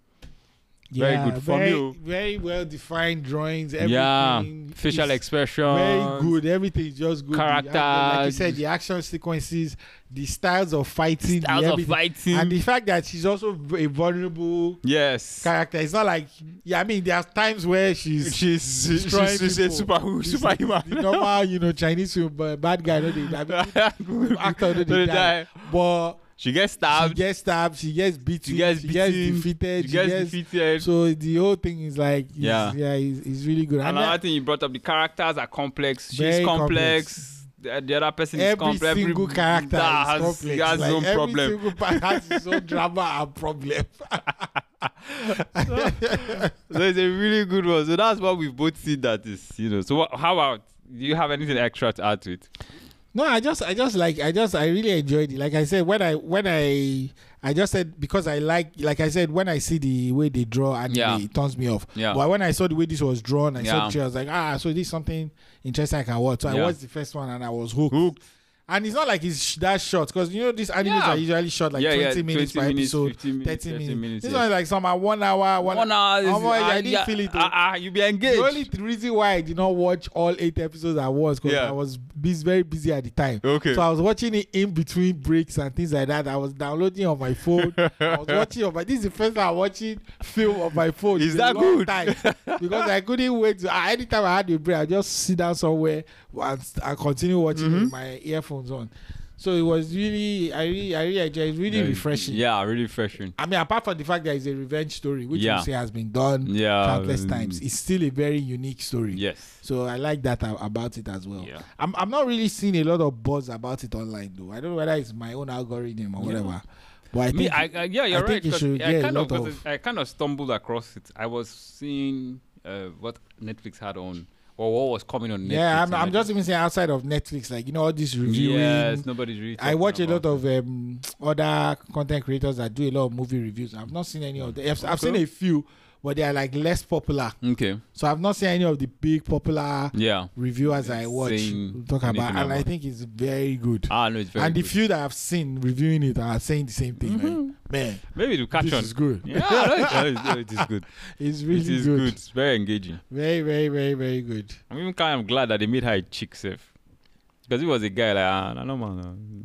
C: Very good for
B: very,
C: me.
B: Very well defined drawings. Everything
C: yeah, facial
B: is
C: expression.
B: Very good. Everything is just good. The act- like you
C: Characters.
B: said, the action sequences, the styles of fighting, the
C: Styles of
B: everything.
C: fighting.
B: and the fact that she's also v- a vulnerable
C: yes.
B: character. It's not like yeah. I mean, there are times where she's
C: She's
B: destroying
C: she's, she's a
B: people.
C: super
B: This is
C: superhuman.
B: The normal, you know, Chinese uh, bad guy. No, they, I mean, actor, no, they
C: They
B: die.
C: die.
B: But
C: She gets
B: she
C: stabbed.
B: gets stabbed, she gets beaten,
C: She gets
B: she
C: beaten.
B: gets defeated,
C: She
B: she
C: gets
B: gets-
C: defeated.
B: So the whole thing is like, yeah, yeah,
C: Yeah.
B: it's, it's really good. And
C: Another
B: that-
C: thing you brought up: the characters are complex. She's
B: Very
C: complex. The, the other person is
B: every
C: complex. Every-
B: single character
C: that
B: is
C: has,
B: complex.
C: He has
B: Like,
C: no
B: every
C: problem.
B: single part has its own drama and problem.
C: so it's a really good one. So that's what we've both seen. That is, you know. So what, how about? Do you have anything extra to add to it?
B: No, I just, I just like, I just, I really enjoyed it. Like I said, when I, when I, I just said because I like, like I said, when I see the way they draw anime,
C: Yeah.
B: it turns me off.
C: Yeah.
B: But when I saw the way this was drawn, I saw
C: Yeah.
B: the trailer, I was like, ah, so this is something interesting I can watch. So I
C: Yeah.
B: watched the first one and I was hooked.
C: Hooked.
B: And it's not like it's sh- that short because you know these animes
C: Yeah.
B: are usually short, like
C: Yeah, yeah,
B: 20 minutes
C: 20
B: per
C: minutes,
B: episode,
C: 15 minutes,
B: 30 minutes.
C: 30 minutes,
B: This
C: yes.
B: one is like some are one hour, one,
C: One hour. Is,
B: Oh my,
C: ah,
B: I didn't
C: yeah,
B: feel it.
C: Ah, ah, you be engaged.
B: the only th- reason why I did not watch all eight episodes at once because
C: Yeah.
B: I was bus- very busy at the time.
C: Okay.
B: So I was watching it in between breaks and things like that. I was downloading on my phone. I was watching on my. This is the first time I'm watching film on my phone.
C: Is
B: in a
C: that
B: long
C: good?
B: Time because I couldn't wait. To, uh, anytime I had a break, I just sit down somewhere and s- I continue watching
C: Mm-hmm.
B: with my earphones on. So it was really, I really, I really enjoyed. It's really
C: Yeah,
B: refreshing.
C: Yeah, really refreshing.
B: I mean, apart from the fact that it's a revenge story, which
C: Yeah.
B: you say has been done
C: Yeah,
B: countless
C: um,
B: times, it's still a very unique story.
C: Yes.
B: So I like that a- about it as well.
C: Yeah.
B: I'm, I'm not really seeing a lot of buzz about it online though. I don't know whether it's my own algorithm or whatever. But I think
C: Me, I, I, yeah, you're
B: I think
C: right.
B: it
C: 'cause
B: should
C: I
B: get a
C: kind of,
B: lot
C: was-
B: of-
C: I kind of stumbled across it. I was seeing uh, what Netflix had on, or what was coming on Netflix.
B: yeah, I'm,
C: and
B: I'm
C: I
B: just even saying outside of Netflix, like you know all this reviewing.
C: Yes, nobody's really.
B: I watch a
C: talking
B: lot
C: about
B: of um, other content creators that do a lot of movie reviews. I've not seen any of them. I've, I've seen
C: Okay.
B: a few, but they are like less popular.
C: it. Okay.
B: So I've not seen any of the big popular
C: Yeah.
B: reviewers I watch
C: Saying
B: talk
C: anything
B: about, and I
C: about-
B: think it's very good.
C: Ah, no, it's very.
B: and the
C: good.
B: few that I've seen reviewing it are saying the same thing. Like, man,
C: maybe to catch
B: this
C: on.
B: is good.
C: Yeah, no, it's- no, it's- no, it is good.
B: It's really
C: it is
B: good.
C: good. It's very engaging.
B: Very, very, very, very good.
C: I'm even kind of glad that they made her a chick safe. Because it was a guy like, ah, no, no, man,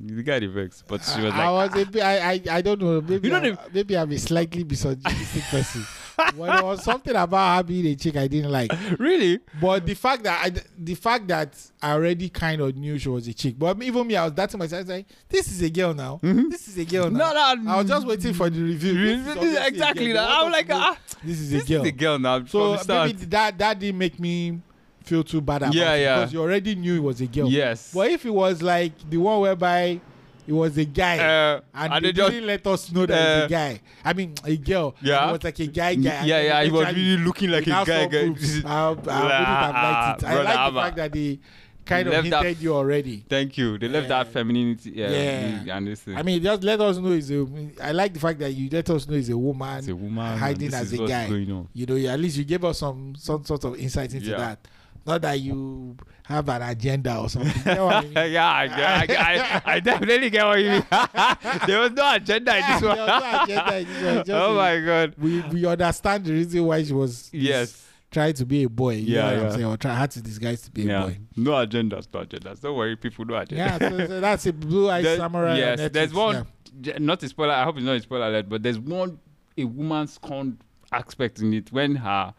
C: no. the guy the vex, but she was like,
B: I was a bit, I, I, I don't know. Maybe,
C: You know
B: I'm, maybe I'm a slightly misogynistic person. But there was something about her being a chick I didn't like.
C: really?
B: But the fact that I, the fact that I already kind of knew she was a chick. But even me, I was dating myself. I was like, this is a girl now. This is a girl now.
C: Mm-hmm. No,
B: I was just waiting for the review. This is obviously a
C: exactly
B: girl.
C: that.
B: They want
C: I'm
B: us
C: like,
B: to know
C: ah,
B: this is
C: this
B: a girl.
C: is the girl now.
B: so
C: from the start.
B: maybe that that didn't make me feel too bad about
C: Yeah,
B: it
C: yeah.
B: because you already knew it was a girl.
C: Yes.
B: But if it was like the one whereby it was a guy
C: Uh,
B: and,
C: and
B: they,
C: they just-
B: didn't let us know that it was a
C: Uh,
B: guy. I mean, a girl.
C: Yeah.
B: It was like a guy guy.
C: yeah,
B: and then
C: yeah, he was
B: eventually
C: really looking like a
B: without
C: guy.
B: some
C: guy.
B: boobs, I, I wouldn't have liked it. I
C: Brother,
B: like
C: I'm
B: the
C: a-
B: fact that they kind of
C: Left that-
B: hinted you already.
C: Thank you. They left
B: Yeah.
C: that femininity. Yeah.
B: Yeah.
C: the- And this thing.
B: I mean, just let us know. Is a. I like the fact that you let us know is a woman.
C: It's a woman.
B: hiding
C: and this
B: as
C: is
B: a
C: what's
B: guy.
C: Going on.
B: you know, you- at least you gave us some some sort of insight into
C: Yeah.
B: that. Not that you have an agenda or something. You know what I mean?
C: yeah, I, I, I, I definitely get what you mean. there was no agenda in
B: Yeah,
C: this
B: there
C: one.
B: was Ah, no agenda in this one, just
C: oh
B: a-
C: my god.
B: We we understand the reason why she was
C: Yes.
B: trying to be a boy. You
C: Yeah,
B: know what I'm
C: yeah.
B: saying? Or try had to disguise to be a
C: Yeah.
B: boy.
C: No agendas, no agendas. Don't worry, people. No agenda.
B: Yeah, so, so that's a blue eyed
C: There-
B: samurai. on
C: Yes, there's
B: Netflix,
C: one. j- Not a spoiler. I hope it's not a spoiler alert, but there's one a woman's con aspect in it when her.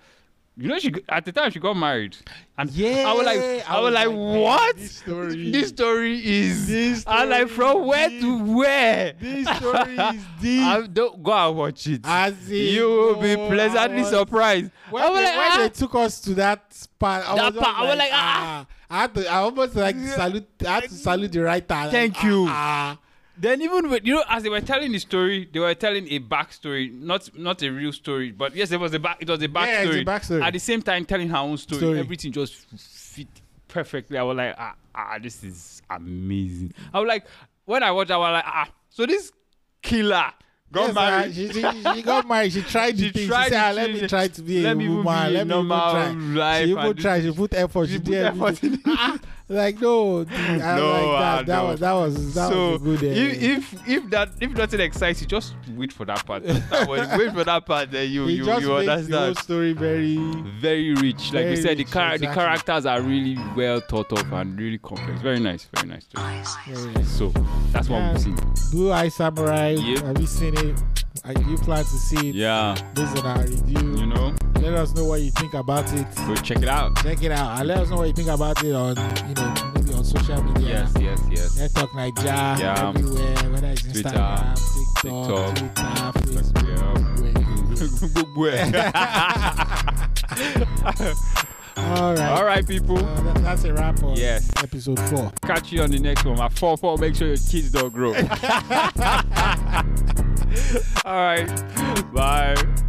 C: You know, she g- at the time she got married, and
B: Yeah,
C: I was like, I, was like, what?
B: This story,
C: This story is.
B: This
C: I'm
B: story
C: like, from where to where?
B: this story is deep.
C: I don't go and watch it.
B: As in,
C: you will be
B: oh, I
C: pleasantly
B: was-
C: surprised.
B: When,
C: I was
B: they,
C: like,
B: when
C: ah.
B: they took us to that part, I
C: That
B: was, just
C: part, I was like,
B: ah. I had to, I almost like to
C: Yeah.
B: salute, I had to salute the writer. like,
C: Thank
B: ah,
C: you.
B: ah.
C: Then even with you know, as they were telling the story, they were telling a backstory, not not a real story, but yes, it was a back, it was a
B: Yeah, it's
C: backstory.
B: a backstory.
C: At the same time, telling her own story,
B: Story.
C: everything just fit perfectly. I was like, ah, ah, this is amazing. I was like, when I watched, I was like, ah, so this killer got
B: Yes,
C: married.
B: ah, she, she, she got married. She tried the
C: She
B: thing.
C: tried
B: she said, ah,
C: the
B: let me
C: thing.
B: try to be
C: Let
B: a
C: me even
B: woman.
C: be a
B: let me even
C: normal
B: try.
C: life
B: she
C: and
B: even
C: do
B: tried. She put effort. She,
C: She put
B: did
C: effort
B: everything.
C: in it.
B: Ah, like no, the- I
C: No,
B: like that.
C: ah,
B: that
C: no.
B: was that was that
C: so
B: was a good. eh,
C: if, if if that if nothing excites you, just wait for that part. That one- wait for that part, then you
B: it
C: you,
B: just
C: you
B: makes the whole
C: understand.
B: story very.
C: Very rich, like
B: Very
C: we said, the
B: rich,
C: char- the
B: exactly.
C: characters are really well thought of and really complex. Very nice, very nice. Story.
B: very
C: So that's what
B: Yeah.
C: we've seen.
B: Blue Eye Samurai.
C: Yep.
B: Have you seen it? Are you plan to see it?
C: Yeah,
B: Based on our review,
C: you know,
B: let us know what you think about it.
C: go check it out.
B: Check it out and let us know what you think about it on you know maybe on social media.
C: Yes, yes, yes.
B: Let's talk Nigeria
C: Yeah.
B: everywhere, whether it's
C: Twitter,
B: Instagram, TikTok,
C: TikTok,
B: Twitter, Facebook.
C: Gbogbo ẹ.
B: All right.
C: All right, people.
B: Uh, that- that's a wrap on
C: Yes.
B: episode four.
C: Catch you on the next one. My four four. Make sure your kids don't grow. All right. Bye.